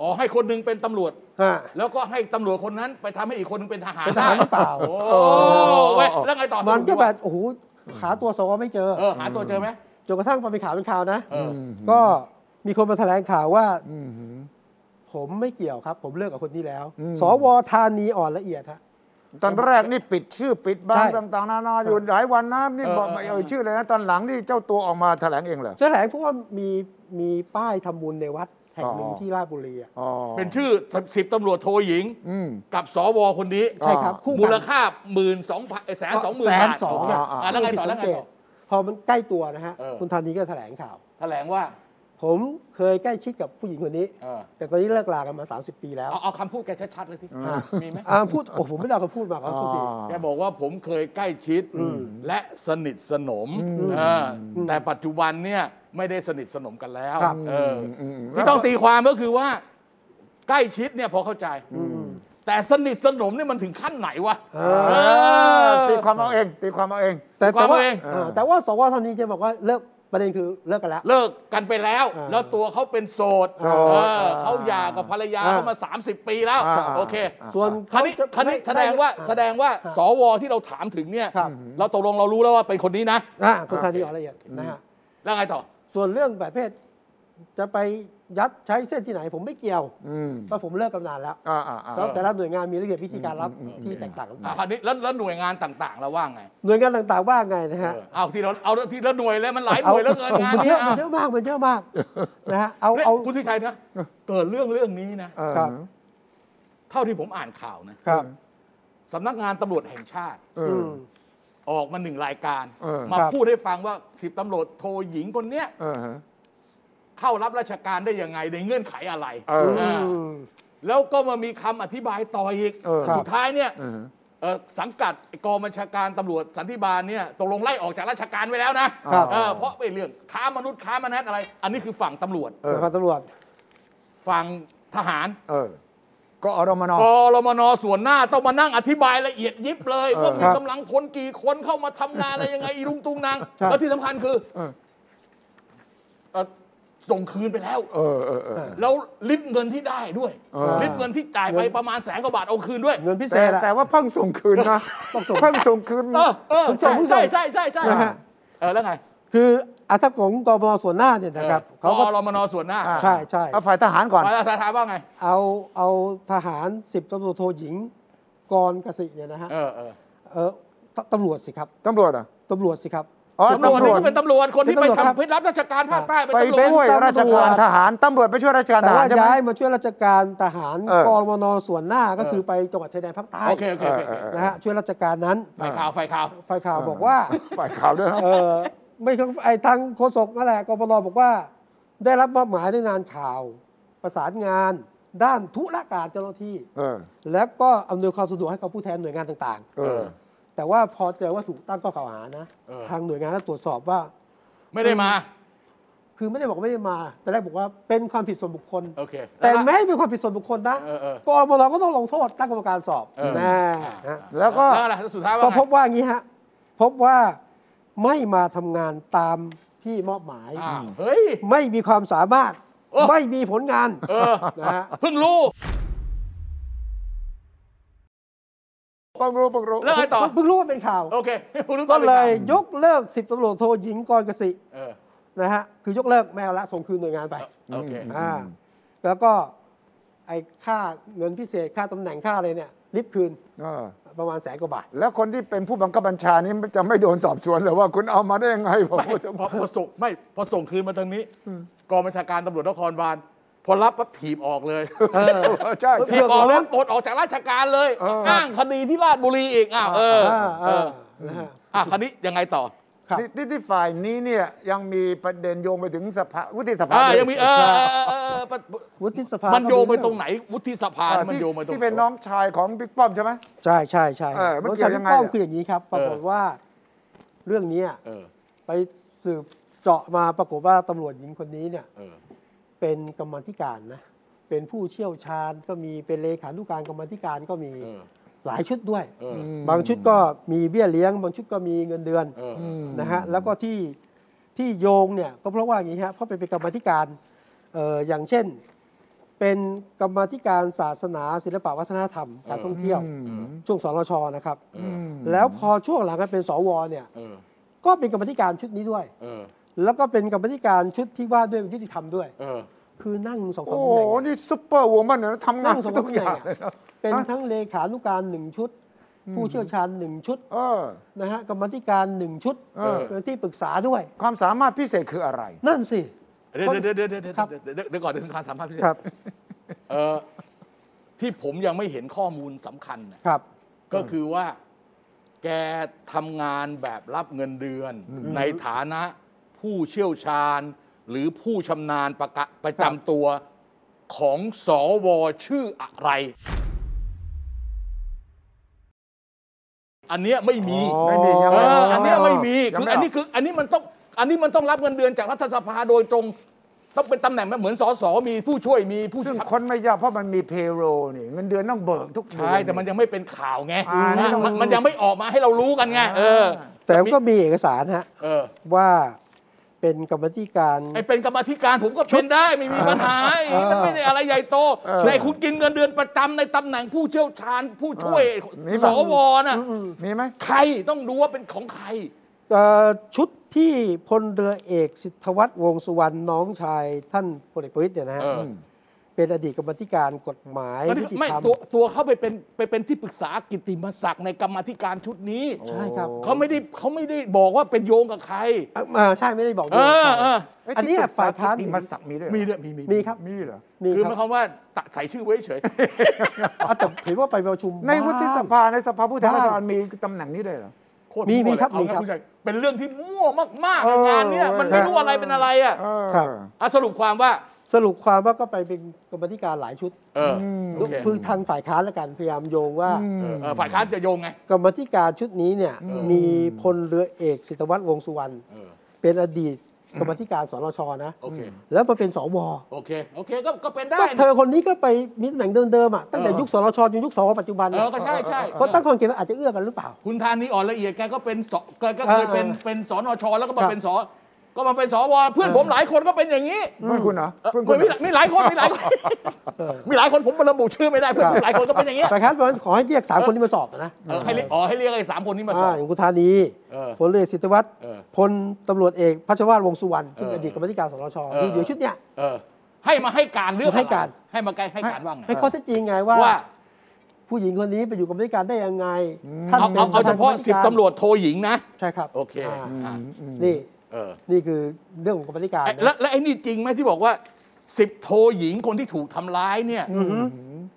S2: อ๋อ ให้คนหนึงเป็นตำรวจ
S1: ฮะ
S2: แล้วก็ให้ตำรวจคนนั้นไปทำให้อีกคนหนึงเป็นทหาร
S1: เป็นทหารห
S2: ได้
S1: รือเปล่า
S2: โอ้เว้ยแล้วไงต่อ
S1: มันก็แบบโอ้โหหาตัวสวไม่เจอ
S2: เออ หาตัวเจอไหม
S1: จนกระทั่งมาเป็นข่าวเป็นข่าวนะ
S2: เออ
S1: ก็มีคนมาแถลงข่าวว่า
S3: อืมหือ
S1: ผมไม่เกี่ยวครับ ผมเลิกกับคนนี้แล้ว
S3: อืม
S1: สวธานีอ่อนละเอียดฮะ
S3: ตอนแรกนี่ปิดชื่อปิดบ้าน
S1: ใช่
S3: ต่างๆนานาอยู่หลายวันนะนี่
S2: เออ
S3: บอกไม่
S2: เออ
S3: เอ่ยชื่อเลยนะตอนหลังนี่เจ้าตัวออกมาแถลงเองเหรอ
S1: แถลงเพราะว่ามีมีป้ายทำบุญในวัดแห่งหนึ่ง
S3: อ๋อ
S1: ที่ราชบุรีอะ
S3: อ๋อ
S2: เป็นชื่อสิบตำรวจโทหญิง
S3: อืม
S2: กับสวคนนี้
S1: ใช่ครับ
S3: อ่า
S1: คู่
S2: มูล
S1: กัน
S2: ค่าหมื่นสองพันแสนสองหมื่น
S1: แสน
S2: บาท
S1: สอง
S2: โเค
S3: อ่าอ่า
S2: อ่าแล้วไงต่อ
S1: ผู้
S2: แล้
S1: ผิ
S2: ว
S1: ด
S2: ไง
S1: สัเกต
S2: ต่อ
S1: พอมันใกล้ตัวนะฮะ
S2: เออ
S1: คุณธานีก็แถลงข่าว
S2: แถลงว่า
S1: ผมเคยใกล้ชิดกับผู้หญิงคนนี้
S2: เออ
S1: แต่ตอนนี้เลิกลากันมา 30 ปีแล้ว
S2: เอาเอาคำพูดแกชัดๆเลยที่
S3: อ่า
S2: มีไหม
S1: อ่าพูดโอ้ผมไม่ได้เอาคำพูดมาครับพูดผิด
S2: แกบอกว่าผมเคยใกล้ชิด
S1: อืม
S2: และสนิทสนม
S1: อืม
S2: เออ
S1: ม
S2: แต่ปัจจุบันเนี่ยไม่ได้สนิทสนมกันแล้ว
S1: ครับ
S2: เอออ
S3: ม
S2: ที่ต้องตีความก็คือว่าใกล้ชิดเนี่ยพอเข้าใจ
S1: อืม
S2: แต่สนิทสนมเนี่ยมันถึงขั้นไหนวะ
S1: เออ
S2: เออ
S3: ตีความเอาเองตีความเอาเอง
S1: แต่
S2: ค
S1: แต่
S2: วาม
S1: ว่า
S2: เอง
S1: อ่าแต่ว่าสวธานีจะบอกว่าเลิกประเด็นคือเลิกกันแล้ว
S2: เลิกกันไปแล้ว
S1: อ่า
S2: แล้วตัวเขาเป็นโสด
S1: โสด
S2: เออเขาหย่ากับภรรยา
S1: อ่า
S2: เขามา 30 ปีแล้ว
S3: อ่า
S2: โอเค
S1: ส่วน
S2: คันนี้
S1: เขาจะ
S2: คันนี้
S1: ไม่
S2: แสดงว่า
S1: ไ
S2: แสดงว่า
S1: ครับ
S2: สวที่เราถามถึงเนี่ย
S1: ครับ
S2: เราตกลงเรารู้แล้วว่าเป็นคนนี้นะ
S1: อ่าคุณธานีอ่อนละเอียดนะฮะ
S2: แล้วไงต่อ
S1: ส่วนเรื่องแบบเพศจะไปยัดใช้เส้นที่ไหนผมไม่เกี่ยว
S3: อืม
S1: เพราะผมเลิกกันนานแล้ว
S3: อ่าอ่าอ่า
S1: แล้วแต่ละหน่วยงานมีระเบียบวิธีการรับที่แตกต่างกันไป
S2: อ่ะคันนี้แล้วแล้วหน่วยงานต่างๆเราว่าไง
S1: หน่วยงานต่างๆว่าไงนะฮะ
S2: เอาที่เราเอาที่ละหน่วยเลยมันหลายหน่วยแล้วเกินงาน
S1: มันเย
S2: นี้
S1: อะ
S2: เอา
S1: มันเยอะมากมันเยอะมากนะฮะเอา
S2: เนี่ย
S1: เอา
S2: คุณทิชัยนะเกิดเรื่องเรื่องนี้นะ
S1: ครับ
S2: เท่าที่ผมอ่านข่าวนะครับ สำนักงานตำรวจแห่งชาติ
S3: อืม
S2: ออกมาหนึ่งรายการ
S3: เออ
S2: มา
S1: ครับ
S2: พูดให้ฟังว่าสิบตำรวจโทหญิงคนเนี้ย
S3: เออฮะ
S2: เข้ารับราชการได้ยังไงในเงื่อนไขอะไร
S3: เอ
S1: อื
S3: อ
S1: ม
S2: แล้วก็มามีคำอธิบายต่ออีก
S3: เออ
S2: สุดท้ายเนี่ย
S3: เออฮะ
S2: เอ่อสังกัดกองบัญชาการตำรวจสันติบาลเนี่ยตกลงไล่ออกจากราชการไปแล้วนะครับ เออเพราะไปเรื่องค้ามนุษย์ค้ามนัษย์อะไร อันนี้คือฝั่งตำรวจ
S3: เอ
S1: ห
S3: อ
S1: น่วยงานตำรวจ
S2: ฝั่งทหาร
S3: เออ ก็อรมน
S2: กรมนส่วนหน้าต้องมานั่งอธิบายละเอียดยิบเลย
S3: เออ
S2: ว่ามี
S1: ครับ
S2: กำลังคนกี่คนเข้ามาทำงานอะไรยังไงอีรุงตุงนาง
S1: ครับ
S2: แล้วที่สำคัญคือ
S3: เออ
S2: เอ่อส่งคืนไปแล้ว
S3: เออเออเออ
S2: แล้วลิฟต์เงินที่ได้ด้วย
S3: เออ
S2: ลิฟต์เงินที่จ่ายไปประมาณแสนกว่าบาทเอาคืนด้วย
S1: เงินพิเศ
S3: แต่
S1: ษอะ
S3: แต่ว่าเพิ่งส่งคืนนะ
S1: เพิ่งส่ง
S3: เพิ่งส่งคืน
S2: เออเออ
S1: คุณส่
S2: ใช่
S1: งคุณส่
S2: ใช่
S1: ง
S2: ใช่ใช่ใช่
S1: นะฮะ
S2: เออแล้วไง
S1: คืออาทัพของกบส่วนหน้าเนี่ยนะครับ
S2: เอ
S1: เขา
S2: อ
S1: ก็
S2: กอรมนส่วนหน้า
S3: อ่า
S1: ใช่ใช่
S3: เอาฝ่ายทหารก่อน
S2: ฝ่ายอาสาทาว่าไง
S1: เอาเอาทหารสิบตำรวจโทหญิงกรกสิเนี่ยนะฮะ
S2: เออเออ
S1: เออตตำรวจสิครับ
S3: ตำรวจเหรอ่ะ
S1: ตำรวจสิครับ
S3: อ๋อ
S2: ตำรวจ
S3: ตำร
S2: นี่
S3: วจ
S2: ก็เป็นตำรวจคนที่ไป
S1: เป็นตำรวจครับ
S2: ทำไปรับราชการภาคใต้เป็น
S3: ไป
S2: ตำรวจ
S3: ช่วย
S1: ตำรวจ
S3: ราชการทหารตำรวจไปช่วยราชการท
S1: แต่
S3: หา
S1: ว่าร
S3: ใช่ไหม
S1: ย้ายมาช่วยราชการทหาร
S3: เออ
S1: กองมนส่วนหน้าก็
S2: เออ
S1: คือไปจังหวัดชายแดนภาคใต้
S2: โอเคโอเคโอเค
S3: เออเออ
S1: นะฮะช่วยราชการนั้น
S2: ฝ่ายข่าวฝ่ายข่าว
S1: ฝ่ายข่าวบอกว่า
S3: ฝ่ายข่าวด้วยนะ
S1: เออไม่ใช่ไอ้ทางโฆษกนั่นแหละกบนบอกว่า ได้รับมอบหมายในนานข่าว ประสานงาน ด้านธุรการเจ้าหน้าที่
S3: เออ
S1: แล้วก็อำนวยความสะดวกให้กับผู้แทนหน่วยงานต่าง
S3: เออ
S1: ๆ แต่ว่าพอเจอว่าถูกตั้งข้อกล่าวหานะ
S2: เออ
S1: ทางหน่วยงานก็ตรวจสอบว่า
S2: ไม่ได้มา
S1: คือไม่ได้บอกไม่ได้มา แต่แรกบอกว่าเป็นความผิดส่วนบุคคล
S2: โอเค
S1: แต่
S2: ล้ว
S1: แม้เป็นความผิดส่วนบุคคลนะ
S2: เออเออก
S1: อมลก็ต้องลงโทษตั้งกรรมการสอบ
S2: เออ
S1: แน่ฮะ
S3: แล้วก็
S2: แล้วอะไรแล้วสุดท้ายว่า
S1: ก็
S2: ไง
S1: พบว่างี้ฮะ พบว่าไม่มาทำงานตามที่มอบหมาย
S2: อ้าวเฮ้ย
S1: ไม่มีความสามารถ
S2: โอ้
S1: ไม่มีผลงาน
S2: เออ
S1: นะฮะ
S2: เพิ่งรู้
S3: เพิ่งรู้เพิ่งรู้
S2: แล้วไงต่อ
S1: เพิ่งรู้ว่าเป็นข่าว
S2: โอเคพิ่งรู้ต
S1: ก็
S2: อนป็น
S1: เล
S2: ข่าวย
S1: ยกเลิกสิบตำรวจโทหญิงกรกสิ
S2: เออ
S1: นะฮะ คือยกเลิกแมวละส่งคืนหน่วยงานไป
S2: โอเค
S3: อืม
S1: อ่า แล้วก็ไอ้ค่าเงินพิเศษค่าตำแหน่งค่าอะไรเนี่ยริบคืน
S3: เออ
S1: ประมาณแสนกว่าบาท
S3: แล้วคนที่เป็นผู้บังคับบัญชานี้จะไม่โดนสอบสวนเหรือว่าคุณเอามาได้ยังไงผม
S2: ไม่
S3: ก็จะบ
S2: พ
S3: อ
S2: อก พอส่งไม่พอส่งคืนมาทางนี้ กองบัญชาการตำรวจนครบาลพอรับปั๊บถีบออกเลย
S3: เออใช่
S1: เพื่
S2: ถีบออกแล้วปลดออกจากราชการเลย
S3: เออ
S2: อ้างคดีที่ราชบุรีอีกอ้าวเออ
S1: อ่า
S2: เอ
S1: อ่า
S2: อ
S1: นะฮะ
S2: อ่ะคราวนี้ยังไงต่อ
S1: ครับ
S3: นี่นี่ที่ฝ่ายนี้เนี่ยยังมีประเด็นโยงไปถึงสภาวุฒิสภา
S2: อ่า
S3: ด้ว
S2: ยังมีเออเออเออเออเออปะปะ
S1: วุฒิสภา
S2: มั
S1: มัน
S2: โยงไปตรงไหนวุฒิสภา
S3: อ่า
S2: มัน
S3: ที่
S2: โยงไปตรง
S3: ที่เป็นน้องชายของบิ๊กป้อมใช่ไหม
S1: ใช่ใช่ใช่
S3: เออมันเกี่ยวยังไง
S1: ป้อม
S3: เนี่ย
S1: คืออย่างนี้ครับปรากฏ
S2: เออ
S1: ว่าเรื่องเนี้ย
S2: เออ
S1: ไปสืบเจาะมาปรากฏว่าตำรวจหญิงคนนี้เนี่ย
S2: เออ
S1: เป็นกรรมาธิการนะ เป็นผู้เชี่ยวชาญก็มีเป็นเลขานุการกรรมาธิการก็มี
S2: เออ
S1: หลายชุดด้วย
S2: เออ
S1: บางชุดก็มีเบี้ยเลี้ยง บางชุดก็มีเงินเดือน
S2: เออ
S1: นะฮะแล้วก็ที่ที่โยงเนี่ยก็เพราะว่าอย่างนี้ฮะเพราะเป็นกรรมาธิการเอ่ออย่างเช่น เป็นกรรมาธิการศาสนา ศิลปวัฒนธรรมการท่องเที่ยว ช่วงสรชนะครับ
S2: เออ
S1: แล้วพอช่วงหลังก็เป็นสวเนี่ย
S2: เออ
S1: ก็เป็นกรรมาธิการชุดนี้ด้วย
S2: เออ
S1: แล้วก็เป็นกรรมาธิการชุดที่ว่าด้วยยุติธรรมด้วย
S2: เออ
S1: คือนั่งสองสาม
S3: โอ้
S1: ตำ
S3: โห
S1: แหน่งอะ
S3: นี่ซุปเปอร์วงมันเนี่ยทำงาน
S1: นั่งสอง
S3: ทุกอย่าง
S1: ตำแหน่งอะ
S3: เลยนะ
S1: เป็นทั้งเลขานุการหนึ่งชุด ผู้เชี่ยวชาญหนึ่งชุด
S3: เออ
S1: นะฮะกรรมาธิการหนึ่งชุด
S3: เออ
S1: เป็นที่ปรึกษาด้วย
S3: ความสามารถพิเศษคืออะไร
S1: นั่นสิ
S2: เดี๋ยวเดี๋ยวเดี๋ยวเดี๋ยวเดี๋ยว
S1: ครับ
S2: เดี๋ยวเดี๋ยวก่อนเดี๋ยวถึงการสัมภาษณ์พิเศษ
S1: ครับ
S2: เออที่ผมยังไม่เห็นข้อมูลสำคัญน่ะ
S1: ครับ
S2: ก็คือว่า แกทำงานแบบรับเงินเดือน ในฐานะผู้เชี่ยวชาญ หรือผู้ชำนาญประกะประจำตัวของสวชื่ออะไร อันเนี้ยไม่มี
S3: ไม่มียัง
S2: เอ
S3: ไม่
S2: อ
S3: ออก
S2: อันเนี้ยไม่มี
S3: ยัง
S2: คือ
S3: ไม่
S2: อัน
S3: ก
S2: นี้คืออันนี้มันต้องอันนี้มันต้องรับเงินเดือนจากรัฐสภาโดยตรง ต้องเป็นตำแหน่งเหมือนสสมีผู้ช่วยมีผู้
S3: ซึ่ง
S2: ทำ
S3: คนไม่ยากเพราะมันมีเพโรนี่เงินเดือนต้องเบิกทุกเดือน
S2: ใช่แต่มันยังไม่เป็นข่าวไง
S3: อ่านี่
S2: นะ
S3: ต้องรู้
S2: มันมันยังไม่ออกมาให้เรารู้กันไงเออ
S1: แต่ก็มีเอกสารฮะ
S2: เออ
S1: ว่าเป็นกรรมาธิการ
S2: ไอเป็นกรรมาธิการผมก็เป็นได้ไม่มีปัญหาไอ้นั่นไม่ได้อะไรใหญ่โตแต่ไอ้คุณกินเงินเดือนประจำในตำแหน่งผู้เชี่ยวชาญผู้ช่วย
S3: นี่
S2: ส
S3: มัน
S2: วน่ะ
S3: มีไหม
S2: ใครต้องดูว่าเป็นของใคร
S1: เอ่อชุดที่พลเรือเอกสิทธวัฒน์วงสุวรรณน้องชายท่านพลเอกประวิตยเนี่ยนะฮะ
S2: เออ
S1: เป็นอดีตกรรมาธิการกฎหมายนิติ
S2: ไม่
S1: ธรรม
S2: ตัวตัวเขาไปเป็นไปเป็นที่ปรึกษากิตติมศักดิ์ในกรรมาธิการชุดนี้
S1: ใช่ครับ
S2: เขาไม่ได้เขาไม่ได้บอกว่าเป็นโยงกับใคร
S1: อ่ะอ่าใช่ไม่ได้บอก
S2: เอ
S1: ด้วย
S2: อเออ
S3: เะ
S1: อันนี้
S3: ที่ปรึกษ
S1: ฝ่ายค้าน
S3: กิตติมาสักมีด้วยเหรอ
S2: มีด้วยมีมี
S1: มีครับ
S3: มีเหรอ
S1: มี
S2: คือ
S1: ค
S2: ห
S1: รับ
S2: มายความว่าตัดใส่ชื่อไว้เฉย
S1: อ่ะแต่เห็นว่าไปประชุม
S3: ในวุฒิส
S1: บ้ง
S3: ภาในสภาผู้แทนราษฎ
S1: บ้า
S3: รง มีตำแหน่งนี้ด้วยเหรอ
S2: โคตร
S1: มีมีครับ
S2: วเลย
S1: มีครับ
S2: เอาณชายเป็นเรื่องที่มั่วมากๆ
S3: เออง
S2: ในานเนี้ย
S3: เออ
S2: มันไม่รู้อะไรเป็นอะไรอ่ะ
S3: เออ
S1: ครับ
S2: อ่ะสรุปความว่า
S1: สรุปความว่าก็ไปเป็นกรรมาธิการหลายชุด
S2: เออโอเค
S1: พึ่งทางฝ่ายค้านและกันพยายามโยงว่า
S3: อื
S2: เอ
S3: ม
S2: อเออฝ่ายค้านจะโยงไง
S1: กรรมาธิการชุดนี้เนี่ย
S3: อืม
S1: มีพลเรือเอกสิทธวัฒน์วงสุวรรณ
S2: เออ
S1: เป็นอดีตกรรมาธิการสรชนะ
S2: โอเค
S1: แล้วมาเป็นสว
S2: โอเค โอเคก็ก็เป็นได้
S1: ก็เธอคนนี้ก็ไปมีตำแหน่งเดิมๆอ่ะตั้งแต่
S2: เออ
S1: ยุคสรชจนยุคสวปัจจุบัน
S2: เอ
S1: น่ะ
S2: อก็ใช่ใช่
S1: ก็ตั้งข้อสังเกตว่าอาจจะเอื้อกันหรือเปล่า
S2: คุณธานีอ่อนละเอียดแกก็เป็นสแกก็
S1: เอ
S2: เค
S1: อย
S2: เป็นเป็นสนชแล้วก็มา
S1: ครับ
S2: เป็นสก็มาเป็นสวเพื่อนผมหลายคนก็เป็นอย่างนี้
S3: เพื่อนคุณเหรอ
S2: เอ่อ
S3: เพื่อนคุณเหร
S2: มี
S3: อ
S2: มีหลายคนมีหลายคน
S1: เออ
S2: มีหลายคนผมระบุชื่อไม่ได้เพื่อนผมหลายคนก็เป็นอย่างเงี้ย
S1: ฝ่ายค้านเพราะฉะนั้นขอให้เรียกสามคนนี้มาสอบนะ
S2: เออให้เรียกอ๋อให้เรียกไอ้สามคนนี้มาสอ
S1: อ่า
S2: บ
S1: อย่างคุณธานี
S2: เออ
S1: พลเรือเอกสิทธวัฒน์
S2: เออ
S1: พลตำรวจเอกพัชรวาทวงสุวรรณซึ่ง
S2: เออ
S1: เป็นอดีตกรรมาธิการสรช
S2: เออ
S1: มีอยู่ชุดเนี้ย
S2: เออ ให้มาให้การเรื่อง
S1: ให้การ
S2: อะไให้มาใกล้ให้การว่างไง
S1: ให้ข้อเท็จจริงไงว่า
S2: ว่า
S1: ผู้หญิงคนนี้ไปอยู่กรรมาธิการได้ยังไงท่าน
S2: เอา
S1: ป็น
S2: เอาเอาเฉพาะ
S1: ปรธนกม
S2: สิบตำรวจโทหญิงนะ
S1: ใช่ครับ
S2: โอเค
S1: อ่า
S2: อ่า
S1: นี่
S2: เออ
S1: นี่คือเรื่องของกรรมาธิการ
S2: ไอ้
S1: นะ
S2: แล้วแล้วไอ้นี่จริงไหมที่บอกว่าสิบโทหญิงคนที่ถูกทำร้ายเนี่ย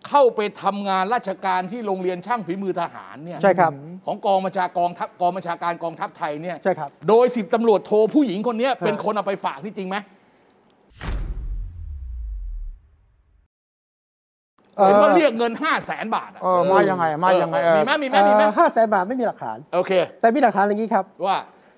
S2: เข้าไปทำงานราชการที่โรงเรียนช่างฝีมือทหารเนี่ย
S1: ใช่ครับ
S2: ของกองบัญชากองทัพกองบัญชาการกองทัพไทยเนี่ย
S1: ใช่ครับ
S2: โดยสิบตำรวจโทผู้หญิงคนเนี้ย
S1: ฮะ
S2: เป็นคนเอาไปฝากนี่จริงไหมเห็นว่าเรียกเงิน 5 0 0แสนบาทอะ
S3: เออมายังไงมายังไงเออ
S2: มีไหมมีไหมมีไหม
S1: ห้าแสนบาทไม่มีหลักฐาน
S2: โอเค
S1: แต่มีหลักฐานอย่างนี้ครับ
S2: ว่า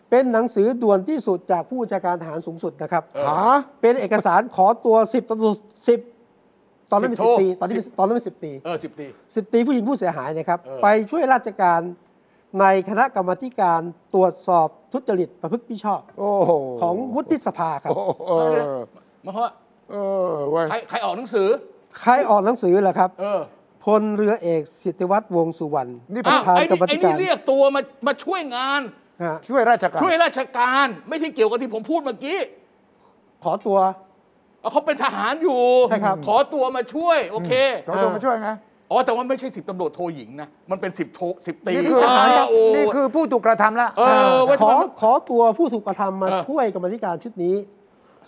S1: เป็นหนังสือด่วนที่สุดจากผู้บัญชาการทหารสูงสุดนะครับ
S2: เออ
S3: หา
S1: เป็นเอกสารขอตัว 10ตำรวจ10 ตอนนั้นเป็น
S2: สิบ
S1: สิบ
S2: โท
S1: ตีตอนนี้เป็นตอนนั้นเป็นสิบตี
S2: เออสิบตี
S1: สิบตีผู้หญิงผู้เสียหายนะครับ
S2: เออ
S1: ไปช่วยราชการในคณะกรรมาธิการตรวจสอบทุจริตประพฤติมิชอบ
S3: โอ้โห
S1: ของวุฒิสภาครับ
S3: โอ้โหเออ
S2: มาเพราะว่า
S3: เออเว้ย
S2: ใครใครออกหนังสือ
S1: ใครออกหนังสือเหรอครับ
S2: เออ
S1: พลเรือเอกสิทธิวัฒน์วงสุวรรณ
S3: นี่
S1: ป
S3: ประ
S2: อ้าว
S1: ธาน
S2: ไอ้
S1: กร
S2: นี่
S1: รมา
S2: ไอ้
S1: ธิ
S2: นี่
S1: การ
S2: เรียกตัวมามาช่วยงาน
S1: ฮะ
S3: ช่วยราชการ
S2: ช่วยราชการ ไม่ที่เกี่ยวกับที่ผมพูดเมื่อกี้
S1: ขอตัว
S2: เอาเขาเป็นทหารอยู่
S1: ใช่ครับ
S2: ขอตัวมาช่วย โอเค
S3: ขอตัวมาช่วยไง
S2: อ๋อ แต่ว่าไม่ใช่สิบตำรวจโทหญิงนะ มันเป็นสิบโทสิบตี
S3: นี่คือทหาร
S2: อ่าโอ้
S3: นี่คือผู้ถูกกระทำแล้ว
S2: เออว่า
S1: ขอ
S2: ทำไม
S1: ขอตัวผู้ถูกกระทำมา
S2: เออ
S1: ช่วยกรรมาธิการชุดนี้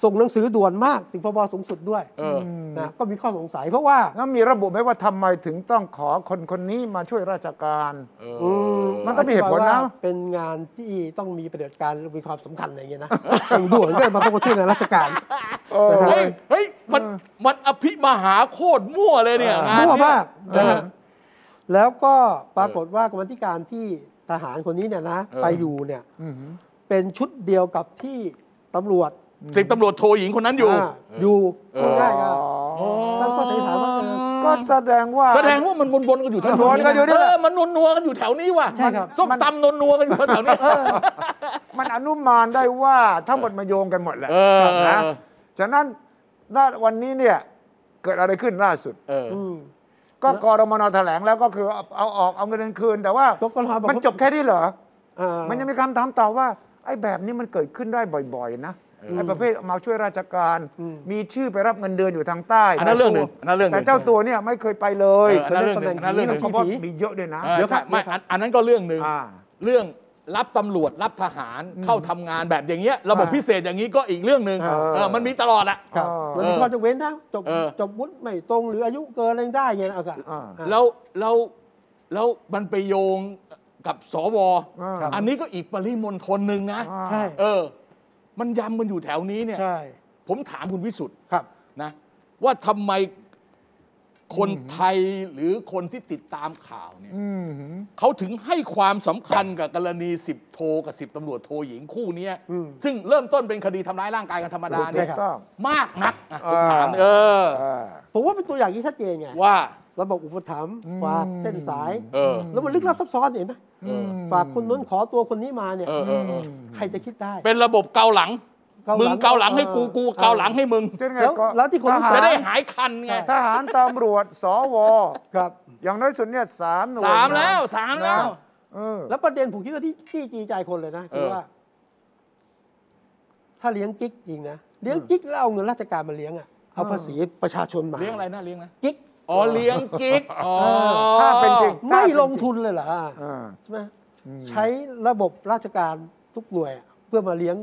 S1: ส่งหนังสือด่วนมากถึงพบสูงสุดด้วย
S2: เออ
S1: นะก็มีข้อสงสัยเพราะว่า
S3: แล้วมีระบุไหมว่าทำไมถึงต้องขอคนคนนี้มาช่วยราชการ
S2: เอออ
S1: ม
S3: มันก็มีเหตุผลนะ
S1: อธิบายว่าเป็นงานที่ต้องมีปฏิบัติการมีความสำคัญอะไรอย่างเงี้ยนะ ต้องด่วนด้วยมาต้องมาช่วยงานราชการ
S2: เฮ้ยเฮ้ยมันมันอภิมหาโคตรมั่วเลยเนี่ยงาน
S1: มั่ว
S2: เนี้ย
S1: มากนะฮะ
S2: เออ
S1: แล้วก็ปรากฏว่ากรรมาธิการที่ทหารคนนี้เนี่ยนะ
S2: เออ
S1: ไปอยู่เนี่ยเป็นชุดเดียวกับที่ตำรวจ
S2: สิบตำรวจโทหญิงคนนั้นอยู่
S1: าอยู่
S2: เออ
S1: พูดง่ายๆก็
S2: อ๋อ
S1: ตั้งข้อสันนิษฐานว่าเออ
S3: ก็แสดงว่า
S2: แสดงว่ามันบนบนๆกันอยู่แถว
S1: บนๆกันอยู่นี่
S2: เอ
S1: แหละ
S2: อมันนนัวๆกันอยู่แถวนี้ว่ะ
S3: ใช่ครับ
S2: ส้มตำนนัวๆกันอยู่แถวๆนี้
S3: มันอนุมานได้ว่าทั้งหมดมาโยงกันหมดแหละ
S2: เออ
S3: นะฉะนั้นณวันนี้เนี่ยเกิดอะไรขึ้นล่าสุด
S2: เออ
S1: อืม
S3: ก็กรมนแถลงแล้วก็คือเอาเอาออกเอาเงินคืน แต่ว่าก
S1: กรบอกว่ามั
S3: มันจบแค่นี้เหรอ
S1: อ่า
S3: มันยังมีคำถามต่อว่าไอ้แบบนี้มันเกิดขึ้นได้บ่อยๆนะไอ้ประเภทมาช่วยราชการ มีชื่อไปรับเงินเดือนอยู่ทางใต้
S2: อันนั้นเรื่องหนึ่งอันนั้นเรื่องหนึ่ง
S3: แต่เจ้าตัวเนี่ยไม่เคยไปเลย
S2: เอออันนั้นเรื่องหนึ่งอันนั้นเรื่องหนึ่ง
S3: เพราะว่ามีเยอะด้วยนะ
S2: เออใช่ไม่อันอันนั้นก็เรื่องหนึ่ง
S3: อ่า
S2: เรื่องรับตำรวจรับทหารเข้าทำงานแบบอย่างเงี้ยระบบพิเศษอย่างนี้ก็อีกเรื่องหนึ่งเออมันมีตลอดอะ
S1: ครับ
S3: เออ
S1: มันมีข้อจะเว้นนะจบ
S2: เออ
S1: จบวุฒิไม่ตรงหรืออายุเกินอะไรได้เงี้ยนะเอาค่ะ
S3: อ่า
S1: อ่า
S2: แล้วแล้วแล้วมันไปโยงกับสว
S3: อ่าครับ
S2: อันนี้ก็อีกปริมณฑลหนึ่งนะ
S1: ใช่
S2: เออ มันยำมันอยู่แถวนี้เนี่ย
S1: ใช่
S2: ผมถามคุณวิสุทธ์
S1: ครับ
S2: นะ ว่าทำไมคนไทยหรือคนที่ติดตามข่าวเนี่ย
S3: อืม
S2: เขาถึงให้ความสำคัญกับกรณีสิบโทกับสิบตำรวจโทหญิงคู่เนี้ย
S1: อืม
S2: ซึ่งเริ่มต้นเป็นคดีทำร้ายร่างกายกันธรรมดา
S3: ถู
S2: เนี่ย
S3: กต้อง
S2: มากนักอ่ะผมถาม
S3: อ่า
S2: เออ
S3: เออ
S1: ผมว่าเป็นตัวอย่างที่ชัดเจนไง
S2: ว่า
S1: ระบบอุปถัมภ์ฝากเส้นสาย
S2: เออ
S1: แล้วมันลึกลับซับซ้อนเห็นไหม
S2: เออ
S1: ฝากคนนู้นขอตัวคนนี้มาเนี่ย
S2: เออเออเออ
S1: ใครจะคิดได้
S2: เป็นระบบเกาหลัง
S1: เกาหลัง
S2: มึงเกาหลังให้กู
S1: เออ
S2: กูเกาหลังให้มึง
S3: จะไง
S1: แล้ว
S3: ก็
S1: แล้วที่คนที่
S3: ทหาร
S2: จะได้หายคันไง
S3: ทหารตำรวจ สว
S1: ครับ
S3: อย่างน้อยสุดเนี่ยสามหน่วย
S2: สามแล้วสามแล้ว
S3: เออ
S1: แล้วประเด็นผมคิดว่าที่ที่จีใจคนเลยนะคือ
S2: เออ
S1: ว่า ถ้าเลี้ยงกิ๊กจริงนะเลี้ยงกิ๊กแล้วเอาเงินราชการมาเลี้ยงอ่ะเอาภาษีประชาชนมา
S2: เลี้ยงอะไรนะเลี้ยงนะ
S1: กิ๊ก
S2: อ๋อเลี้ยง กิ๊กอ๋อ
S3: ถ้าเป็นจริง
S1: ไม่ลงทุนเลยเหรอ
S3: เออ
S1: ใช่ไหมใช้ระบบราชการทุกหน่วยอะเพื่อมาเลี้ยง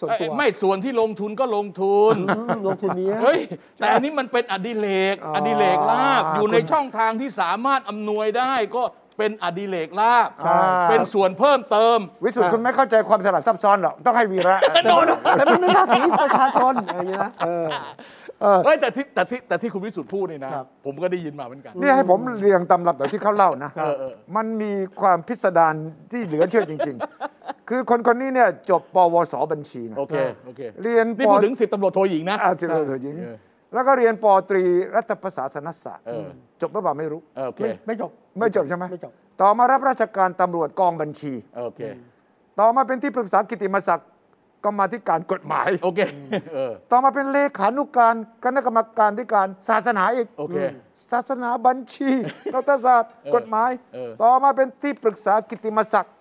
S1: ส่วน
S2: เอ้ย
S1: ตัว
S2: ไม่ส่วนที่ลงทุนก็ลงทุ น
S1: อืมลงทุนนี้นะ
S2: เฮ้ย แต่อันนี้มันเป็นอดิเรก
S3: อ๋อ
S2: อดิเรกลาบ อยู่ใน
S3: คุณ
S2: ช่องทางที่สามารถอำนวยได้ก็เป็นอดิเรกลาบ
S3: ใช่
S2: เป็นส่วนเพิ่มเติม
S3: วิสุทธิ์
S1: อ่ะ
S3: คุณไม่เข้าใจความสลับซับซ้อนหรอก ต้องให้วีระ
S2: โดน
S1: แต่มันเป็นภาษีประชาชนอะไรอย่างเงี้ยนะเออ
S2: เฮ้ยแต่ที่แต่ที่แต่ที่คุณวิสุทธ์พูดนี่นะ
S1: ครับ
S2: ผมก็ได้ยินมาเหมือนกัน
S3: นี่ให้ผมเรียงตำรับแบบที่เขาเล่านะ
S2: เออเออ
S3: มันมีความพิสดารที่เหลือเชื่อจริง ๆ คือคนคนนี้เนี่ยจบปวสบัญชีนะ
S2: โอเคโอเค
S3: เรียน
S2: นี่
S3: ป
S2: พูดถึงสิบตำรวจโทหญิงนะ
S3: อาชีพเธอหญิง
S2: เออ
S3: แล้วก็เรียนปตรีรัฐประศาสนศาสตร์
S2: เออ
S3: จบหรือเปล่าไม่รู้
S2: เออโอเค
S1: ไม่ไม่จบ
S3: ไม่จบใช่ไหม
S1: ไม่จบ
S3: ต่อมารับราชการตำรวจกองบัญชี
S2: โอเค
S3: ต่อมาเป็นที่ปรึกษากิติมศักดิ์กรรมาธิการกฎหมาย
S2: โอเคเออ
S3: ต่อมาเป็นเลขานุการคณะกรรมการที่การศาสนาอีก
S2: โอเค
S3: ศาสนาบัญชีรัฐศาสตร์ กฎหมาย
S2: เออ
S3: ต่อมาเป็นที่ปรึกษากิตติมศักดิ์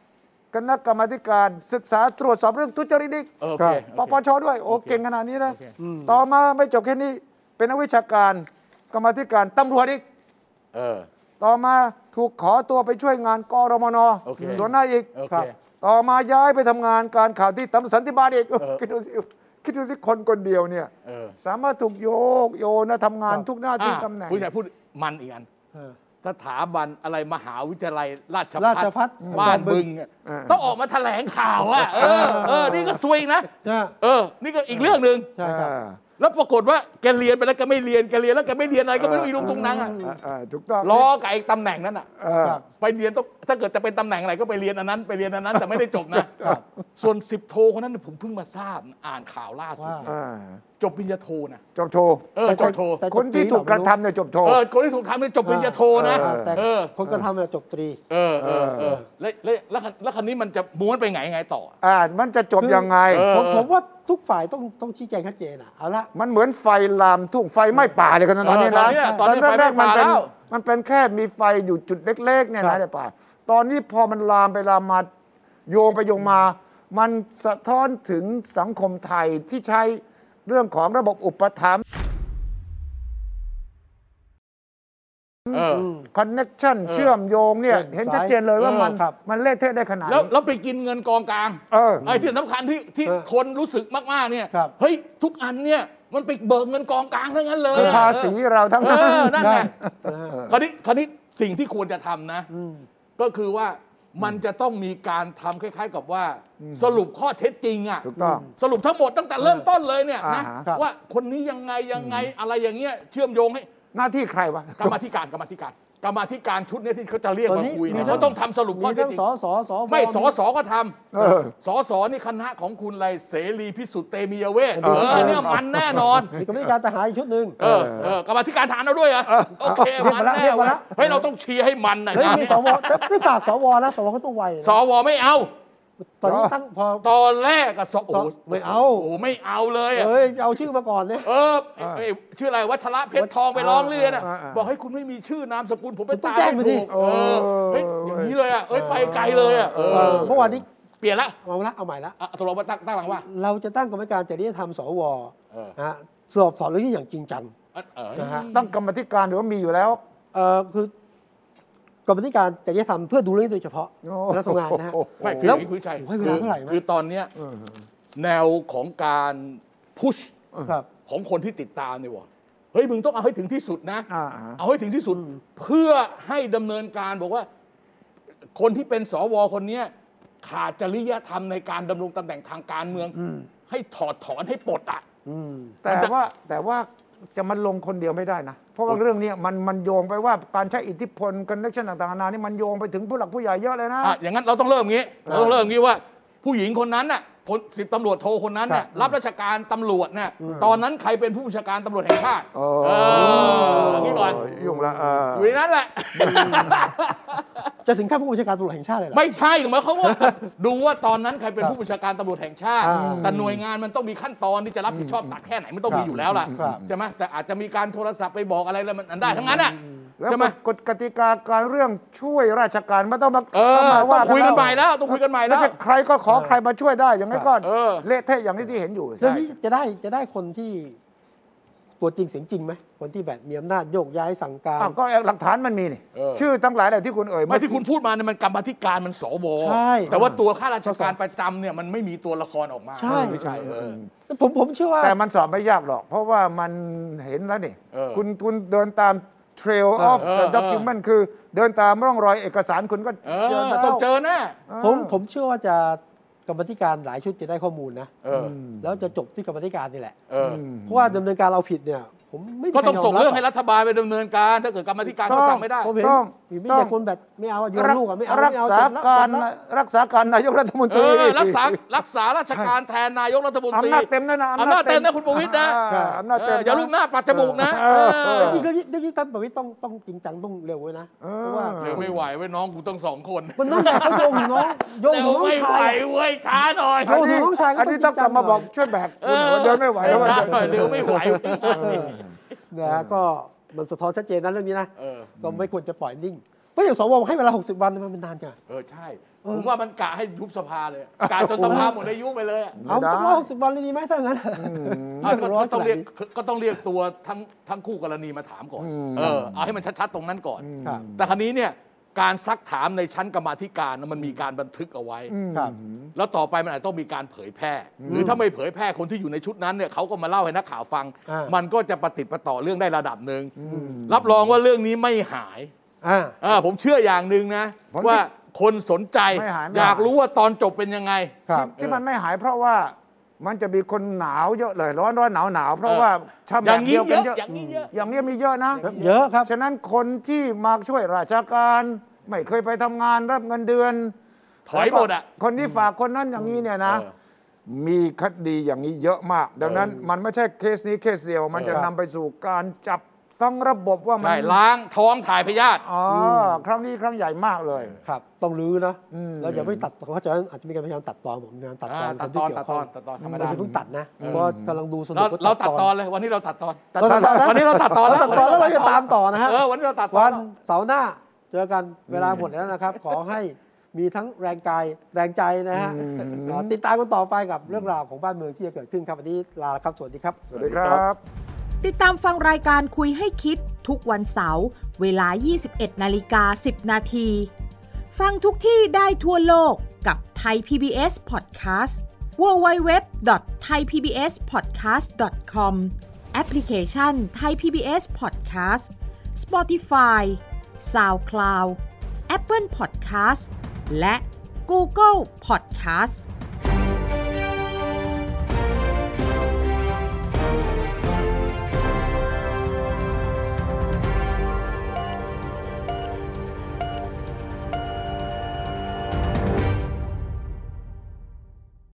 S3: คณะกรรมาธิการศึกษาตรวจสอบเรื่องทุจริตอีก
S2: โอ
S1: ค
S2: เค
S1: รั
S2: โอบ เค
S3: ปปชด้วยโอเก่งขนาดนี้นะ
S2: โอเค
S3: ต่อมาไม่จบแค่นี้ เป็นนักวิชาการกรรมาธิการตำรวจอีก
S2: เออ
S3: ต่อมาถูกขอตัวไปช่วยงานกรมน
S2: โอเค
S3: ส่วนหน้าอีก
S2: โอเค
S3: ครับ ต่อมาย้ายไปทำงานการข่าวที่ตำสันติบาลอีกคิดดูสิคิดดูสิคนคนเดียวเนี่ย
S2: เออ
S3: สามารถถูกโยกโยนนะทำงานทุกหน้าที่
S2: อ่ะ
S3: ตำแหน่ง
S2: ผู้ชายพูดมันอีกอัน
S1: เออ
S2: สถาบันอะไรมหาวิทยาลัย ราช
S1: ราชภัฏ
S2: บ้านบึงอะ
S3: เออ
S2: ต้องออกมาแถลงข่าวอ่ะเออเออนี่ก็ซวยอีกนะ
S1: นะ
S2: เออ นี่ก็อีกเรื่องหนึ่ง
S1: ใช่ครับ
S3: อ่า
S2: แล้วปรากฏว่าแกเรียนไปแล้วแกไม่เรียนแกเรียนแล้วแกไม่เรียนอะไรก็ไม่รู้อีลุงตรงนั้นอ่ะ
S3: อ่าอ่าถูกต้อง
S2: รอกับไอ้ตำแหน่งนั้นอ่ะ
S3: เออ
S1: ครับ
S2: ไปเรียนต้องถ้าเกิดจะเป็นตำแหน่งอะไรก็ไปเรียนอันนั้น ไปเรียนอันนั้นแต่ไม่ได้จบนะส่วนสิบโทคนนั้นผมเพิ่งมาทราบอ่านข่าวล่าสุด
S1: ว่า
S3: อ่า
S2: จบปริญญาโทนะ
S3: จบโชว์
S2: เออจบโท
S1: แต่จบ
S3: คนที่
S1: ปี
S3: ถูกกระ
S1: เาไม่
S3: ทำเนี่ยจบโชว์
S2: เออคนที่ถูกคำเนี่ยจบปริญญาโทนะ
S1: อ่าแต่
S2: เออ
S1: คนกระทำเนี่ยจบตรี
S2: เออเออเออแล้วแล้วแล้วคันแล้วคันนี้มันจะม้วนไปไงไงต่อ
S3: อ่ามันจะจบยังไง
S2: เออ
S1: ผมผมว่าทุกฝ่ายต้องต้องชี้แจงชัดเจนอ่ะเอาละ
S3: มันเหมือนไฟลามทุ่งไฟไหม้ป่าเลยกันนะตอนนี้นะ
S2: เออตอนเนี้ยตอนเนี้ยไฟไหม้
S3: แรกๆมั
S2: ป่า
S3: นเป็น
S2: แล้ว
S3: มันเป็นแค่มีไฟอยู่จุดเล็กๆเนี่ย
S1: ครับ
S3: นะในป่า ตอนนี้พอมันลามไปลามมาโยงไปโยงมา มันสะท้อนถึงสังคมไทยที่ใช้เรื่องของระบบอุปถัมภ์
S2: เออ
S1: อืม
S3: คอนเน็ชัน
S2: เออ
S3: เชื่อมโยงเนี่ย
S1: เออ
S3: เห็นชัดเจนเลยว่ามัน
S1: เออครับ
S3: มันเละเทะได้ขนาด
S2: แล้ว
S3: นี้
S2: แล้วไปกินเงินกองกลาง
S3: เออ
S2: ไอ้ที่สำคัญที่ที่
S1: เออ
S2: คนรู้สึกมากๆเนี่ย
S1: ครับ
S2: เฮ้ยทุกอันเนี่ยมันไปเบิกเงินกองกลางทั้งนั้นเลย
S3: คือ
S2: อะ
S3: ภาษีเราทั้ง
S2: เอ
S3: นั้
S2: อ
S3: น
S2: นั่นไง
S1: ได้นะฮะ
S2: คราวนี้คราวนี้สิ่งที่ควรจะทำนะ
S1: อืม
S2: ก็คือว่ามันจะต้องมีการทำคล้าย ๆ กับว่า สรุปข้อเท็จจริงอ่ะ
S3: ถูกต้อง
S2: สรุปทั้งหมดตั้งแต่เริ่มต้นเลยเนี่ยนะ
S3: อ่าฮะ
S1: ครับ
S2: ว่าคนนี้ยังไงยังไงอะไรอย่างเงี้ยเชื่อมโยงให้
S3: หน้าที่ใครวะ
S2: กรรมาธิการกรรมาธิการกรรมาธิการชุดเนี้ที่เขาจะเรียก
S1: ตอ
S2: มาน
S1: นี้
S2: คุย
S1: มี
S2: เนี่ย
S1: ทั้ง
S2: เขาต้องทำสรุปข้อ
S1: มี
S2: เท็
S1: ทั้
S2: จ
S1: ง
S2: จริง
S1: สสสว
S2: ไม่สอสอก็ทำ
S3: เออ
S2: สอสอนี่คณะของคุณอะไรเสรีพิสุทธิ์เตมียเวท
S1: เอ
S2: เอ
S1: อ
S2: อเนี่ยมันแน่นอน
S1: มีกรรมธิการทหารอีกชุดหนึ่ง
S2: เออเออกรรมาธิการฐานเราด้วยเหรอโอเค
S1: เรียก
S2: มั
S1: มาน ละ
S2: แน่
S1: เรียกมา
S2: เว้ย
S1: ละ
S2: เฮ้ยเราต้องเชียร์ให้มันหน่อย
S1: เฮ้ย
S2: งาน
S1: มี
S2: เนี้ย
S1: สวแต่ที่ฝากสวนะสวเขาต้องไวนะ
S2: สวไม่เอา
S1: ตอนนี้ตั้งพอ
S2: ตอนแรกอะสอโอ้
S1: ตอนไม่เอา
S2: โอ้ไม่เอาเลยอะ
S1: เอ้ยเอาชื่อมาก่อนเนี่ย
S2: เออไอ้ไอ้ชื่ออะไรวัชระเพชรทองไป
S1: อ่า
S2: ร้องเรียนอะ
S3: อ่าอ่า
S2: บอกให้คุณไม่มีชื่อนามสกุลผมไป
S1: คุณต้อ
S2: ตาง ม
S1: แจ้งมาสิ
S2: ถูกเออเฮ้ย
S3: เออ
S2: อย่างนี้เลยอะเอ้ยไปไกลเลยอะเออ
S1: เมื่อวานนี้
S2: เปลี่ยนละ
S1: เอาละเอาใหม่ละ
S2: อ่ะตกลงว่าตั้งตั้งหลังว่า
S1: เราจะตั้งกรรมการจริยธรรมสว
S2: เออ
S1: นะฮะสอบสอบเรื่องนี้อย่างจริงจัง
S2: เออเออ
S1: นะฮะ
S3: ต้องกรรมธิการหรือว่ามีอยู่แล้ว
S1: เอ่อคือกรรมธิการจริยธรรมเพื่อดูเรื่องนี้โดยเฉพาะ
S3: โอ้
S1: และทำงานนะฮะ
S2: ไม่คือ
S1: แล้
S2: อ
S1: ว
S2: ย่างนี้คุณชัย
S1: โอ้ยเวลาเท่าไหร่นะ
S2: คือตอนเนี้ยแนวของการพุช
S1: ครับ
S2: ของคนที่ติดตามเนี่ยบอกเฮ้ยมึงต้องเอาให้ถึงที่สุดนะ
S3: อ่า
S2: เอาให้ถึงที่สุดเพื่อให้ดำเนินการบอกว่า คนที่เป็นสวคนเนี้ยขาดจริยธรรมในการดำรงตำแหน่งทางการเมือง ให้ถอดถอนให้ปลดอ่ะ
S1: อืม
S3: แต่ว่าแต่ว่าจะมันลงคนเดียวไม่ได้นะ เพราะว่าเรื่องเนี้ยมันมันโยงไปว่าการใช้อิทธิพลคอนเนคชั่นต่างๆนานานี่มันโยงไปถึงผู้หลักผู้ใหญ่เยอะเลยนะ
S2: อ่ะอย่างนั้นเราต้องเริ่มงี้ เราต้องเริ่มงี้ว่า ผู้หญิงคนนั้นน่ะคนสิบตำรวจโทคนนั้นน่ะ
S3: ครับ
S2: รับราชการตำรวจน่ะตอนนั้นใครเป็นผู้บัญชาการตำรวจแห่งชาติ
S3: โอ้
S2: เอออย่างนี้ก่อน
S3: ยุ่งละเออ
S2: อยู่ในนั้นแหละ
S1: จะถึงขั้นผู้บัญชาการตำรวจแห่งชาติเลยเหรอ
S2: ไม่ใช่หมายความว่า ดูว่าตอนนั้นใครเป็นผู้บัญชาการตำรวจแห่งชาติ
S1: อ่า
S2: แต่หน่วยงานมันต้องมีขั้นตอนที่จะรับผิดชอบตัดแค่ไหนมันต้องมีอยู่แล้วล่ะ
S1: ครับ
S2: ใช่ไหมแต่อาจจะมีการโทรศัพท์ไปบอกอะไรแล้วมันได้ทั้งนั้นอ่ะ
S3: แล้ว
S2: ใช่ไหม
S3: กฎกติกาการเรื่องช่วยราชการไม่ต้องมา
S2: เออ
S3: มา
S2: ต้
S3: ว่า
S2: องคุยกันใหม่
S3: แล้ว
S2: แล้วต้องคุยกันใหม่แล้
S3: ไม่
S2: ว
S3: ใช่ใครก็ขอใครมาช่วยได้อย่างนี้นก็
S2: เออ
S3: เละเทะอย่างนี้ที่เห็นอยู่
S1: เรื่อง
S3: ใช่
S1: นี้จะได้จะได้คนที่ตัวจริงเสียงจริงไหมคนที่แบบมีอำนาจโยกย้ายสั่งการ
S3: อ้าวก็หลักฐานมันมีนี่
S2: เออ
S3: ชื่อทั้งหลายแหละที่คุณเอ่ย
S2: ไม่
S3: เอ
S2: ที่คุณ
S3: กี้
S2: พูดมาเนี่ยมันกรรมาธิการมันสว
S1: ใช่
S2: แต่ว่าตัวข้าราชการประจำเนี่ยมันไม่มีตัวละครออกมา
S1: ใช่
S2: ไม่ใช่เออ
S1: ผมผมเชื่อว่า
S3: แต่มันสอบไม่ยากหรอก เพราะว่ามันเห็นแล้วนี่
S2: เออ
S3: คุณคุณเดินตาม trail of
S2: เออเออ
S3: document คือเดินตามร่องรอยเอกสารคุณก็
S2: เอ
S3: เจอ
S2: อ
S3: แล้ว
S2: ต้องเจอแน่
S3: เออ
S1: ผมผมเชื่อว่าจะกรรมธิการหลายชุดจะได้ข้อมูลนะ
S2: เออ
S1: แล้วจะจบที่กรรมธิการนี่แหละ
S2: เอออ
S1: เพราะว่าดำเนินการเอาผิดเนี่ย ผมไม่มี
S2: ก็ต้อง
S1: ใคยม
S2: ส่งเรื่องให้
S1: บ
S2: รัฐบาลไปดำเนินการ ถ้าเกิดกรรมาธิการเขาสั่งไม่ได้
S1: ผมเห็น
S3: ต้อง
S1: มีไม่
S3: ต้
S1: ใช่
S3: อง
S1: คนแบบไม่เอาอะโยนลูกอะไม่เอา
S3: รัก
S1: ไม่เอา
S3: ษา
S1: เจ็บแล้ว
S3: การ
S1: เจ็บแล้ว
S3: รักษาการนายกรัฐมนต
S2: เอ
S3: รี
S2: อรักษารักษาราชการแทนนายกรัฐมนตรี
S3: อำนาจเต็มนะนะ
S2: อำนาจเต็มนะคุณประวิตรนะ
S3: อ่าอำนาจเต็ม
S2: เออ
S3: นะ
S2: อย่าลูกหน้าปัดจมูกนะ
S3: เออ
S2: เออ
S1: แต่จริงเรื่องนี้เรื่องนี้ท่านประวิตรต้องต้องจริงจังต้องเร็วไว้นะ
S3: เออ
S1: เพราะว่า
S2: เร็วไม่ไหวเว้ยน้องกูต้องสองคน
S1: มันนั่นแหละเขาโยงถึงน้องโยง
S2: เร็
S1: ถึ
S2: ว
S1: งน้อง
S2: ไม่ไหว
S1: ชายอะ
S2: เว้ยช้าหน่อย
S1: โอ้โหน้องชายก็
S3: อันนี้
S1: ต้อ
S3: ต้อง ง
S1: จริงจัง
S3: กลับมาบอกช่วยแบก
S2: เอ
S3: คุณ
S2: อ
S3: หนูเดินไม่ไหวแล้ว
S2: ช้าหน่อย
S3: เดิ
S2: เร็วไม่ไหว
S1: นะฮะก็มันสะท้อนชัดเจนนะเรื่องนี้นะ
S2: เออ
S1: ก็ไม่ควรจะปล่อยนิ่งเพราะอย่างสวให้เวลา 60 วันมันนานจัง
S2: เออใช่
S1: เออ
S2: ผมว่ามันกะให้ยุบสภาเลยกะจนสภาหมดอายุไปเลยอะ
S1: เอาสักร้อยหกสิบวันเลยดีไหมถ้างั้น
S2: อ่ะก็ก็ต้องเรียก
S1: ขนาดนี้
S2: ก็ต้องเรียกตัวทั้งทั้งคู่กรณีมาถามก่อนเออเอาให้มันชัดๆตรงนั้นก่อน
S1: ครับ
S2: แต่ครั้นี้เนี่ยการซักถามในชั้นกรรมาธิการน่ะมันมีการบันทึกเอาไว้
S1: ครับ
S2: แล้วต่อไปมันอาจต้องมีการเผยแพร่ หรือถ้าไม่เผยแพร่คนที่อยู่ในชุดนั้นเนี่ยเขาก็มาเล่าให้นักข่าวฟัง
S1: อ่ามั
S2: มันก็จะปฏิดประต่อเรื่องได้ระดับหนึ่งรับรองว่าเรื่องนี้ไม่หาย
S1: อ่า
S2: เออผมเชื่ออย่างหนึ่งนะ
S3: ผม
S2: ว่าคนสนใจ
S3: ไม่หายไม่
S2: อยาก
S3: หาย
S2: รู้ว่าตอนจบเป็นยังไง
S1: ครับ
S3: ที่ที่มันไม่หายเพราะว่ามันจะมีคนหนาวเยอะเลย ร้อนร้อนหนาวหนาวเพราะ
S2: เออ
S3: ว่า
S2: อ
S3: ชำแหละ
S2: ย่าง
S3: เดี
S2: นี้
S3: ยว
S2: เย
S3: กัน
S2: อะ
S3: เยอะ
S2: อย่างนี้เยอะ
S3: อย่างเงี้ยมีเยอะนะ
S1: เยอะครับ
S3: ฉะนั้นคนที่มาช่วยราชการไม่เคยไปทำงานรับเงินเดือน
S2: ถอยหมดอะ
S3: คนที่ฝากคนนั้นอย่างนี้เนี่ยนะ
S2: เออ
S3: มีคดีอย่างนี้เยอะมาก ดังนั้นมันไม่ใช่เคสนี้เคสเดียว มันจะ
S1: เออ
S3: นำไปสู่การจับทั้งระบบว่ามัน
S2: ใช่ล้างท้องถ่ายพยาธิ
S3: อ๋ออครั้งนี้ครั้งใหญ่มากเลย
S1: ครับ ต้องรื้อนะ
S3: อืม
S1: แล้วอย่าไปตัดเพราะฉะนั้นอาจจะมีการพยายามตัดตอนผมมีการตัดตอนค
S2: อ่า
S1: นที่เกี่ยวข้อง
S2: ตัดตอนตัดตอนธรรมดา
S1: เราจะเพิ่งตัดนะเพราะกำลังดูสนุ
S2: เรา
S1: กว่
S2: เราตัดตอนเลยวันนี้เราตัดตอน
S1: ตัดตอนนะ
S2: วันนี้เราตัดตอนแล้ว
S1: ตัดตอนแล้วเราจะตามต่อนะฮะ
S2: เออวันนี้เราตัดตอ
S1: วัน นเสาร์หน้าเจอกันเวลาหมดแล้ว นะครับ ขอให้มีทั้งแรงกายแรงใจนะฮะเอ่อติดตามกันต่อไปกับเรื่องราวของบ้านเมืองที่จะเกิดขึ้นครับ วันนี้ลาแล้วครับ สวัสดีครับ
S3: สวัสดีครับ
S6: ติดตามฟังรายการคุยให้คิด ทุกวันเสาร์เวลา 21 นาฬิกา 10 นาที ฟังทุกที่ได้ทั่วโลกกับไทย PBS Podcast www.thaipbspodcast.com แอปพลิเคชัน Thai PBS Podcast Spotify SoundCloud Apple Podcast และ Google Podcast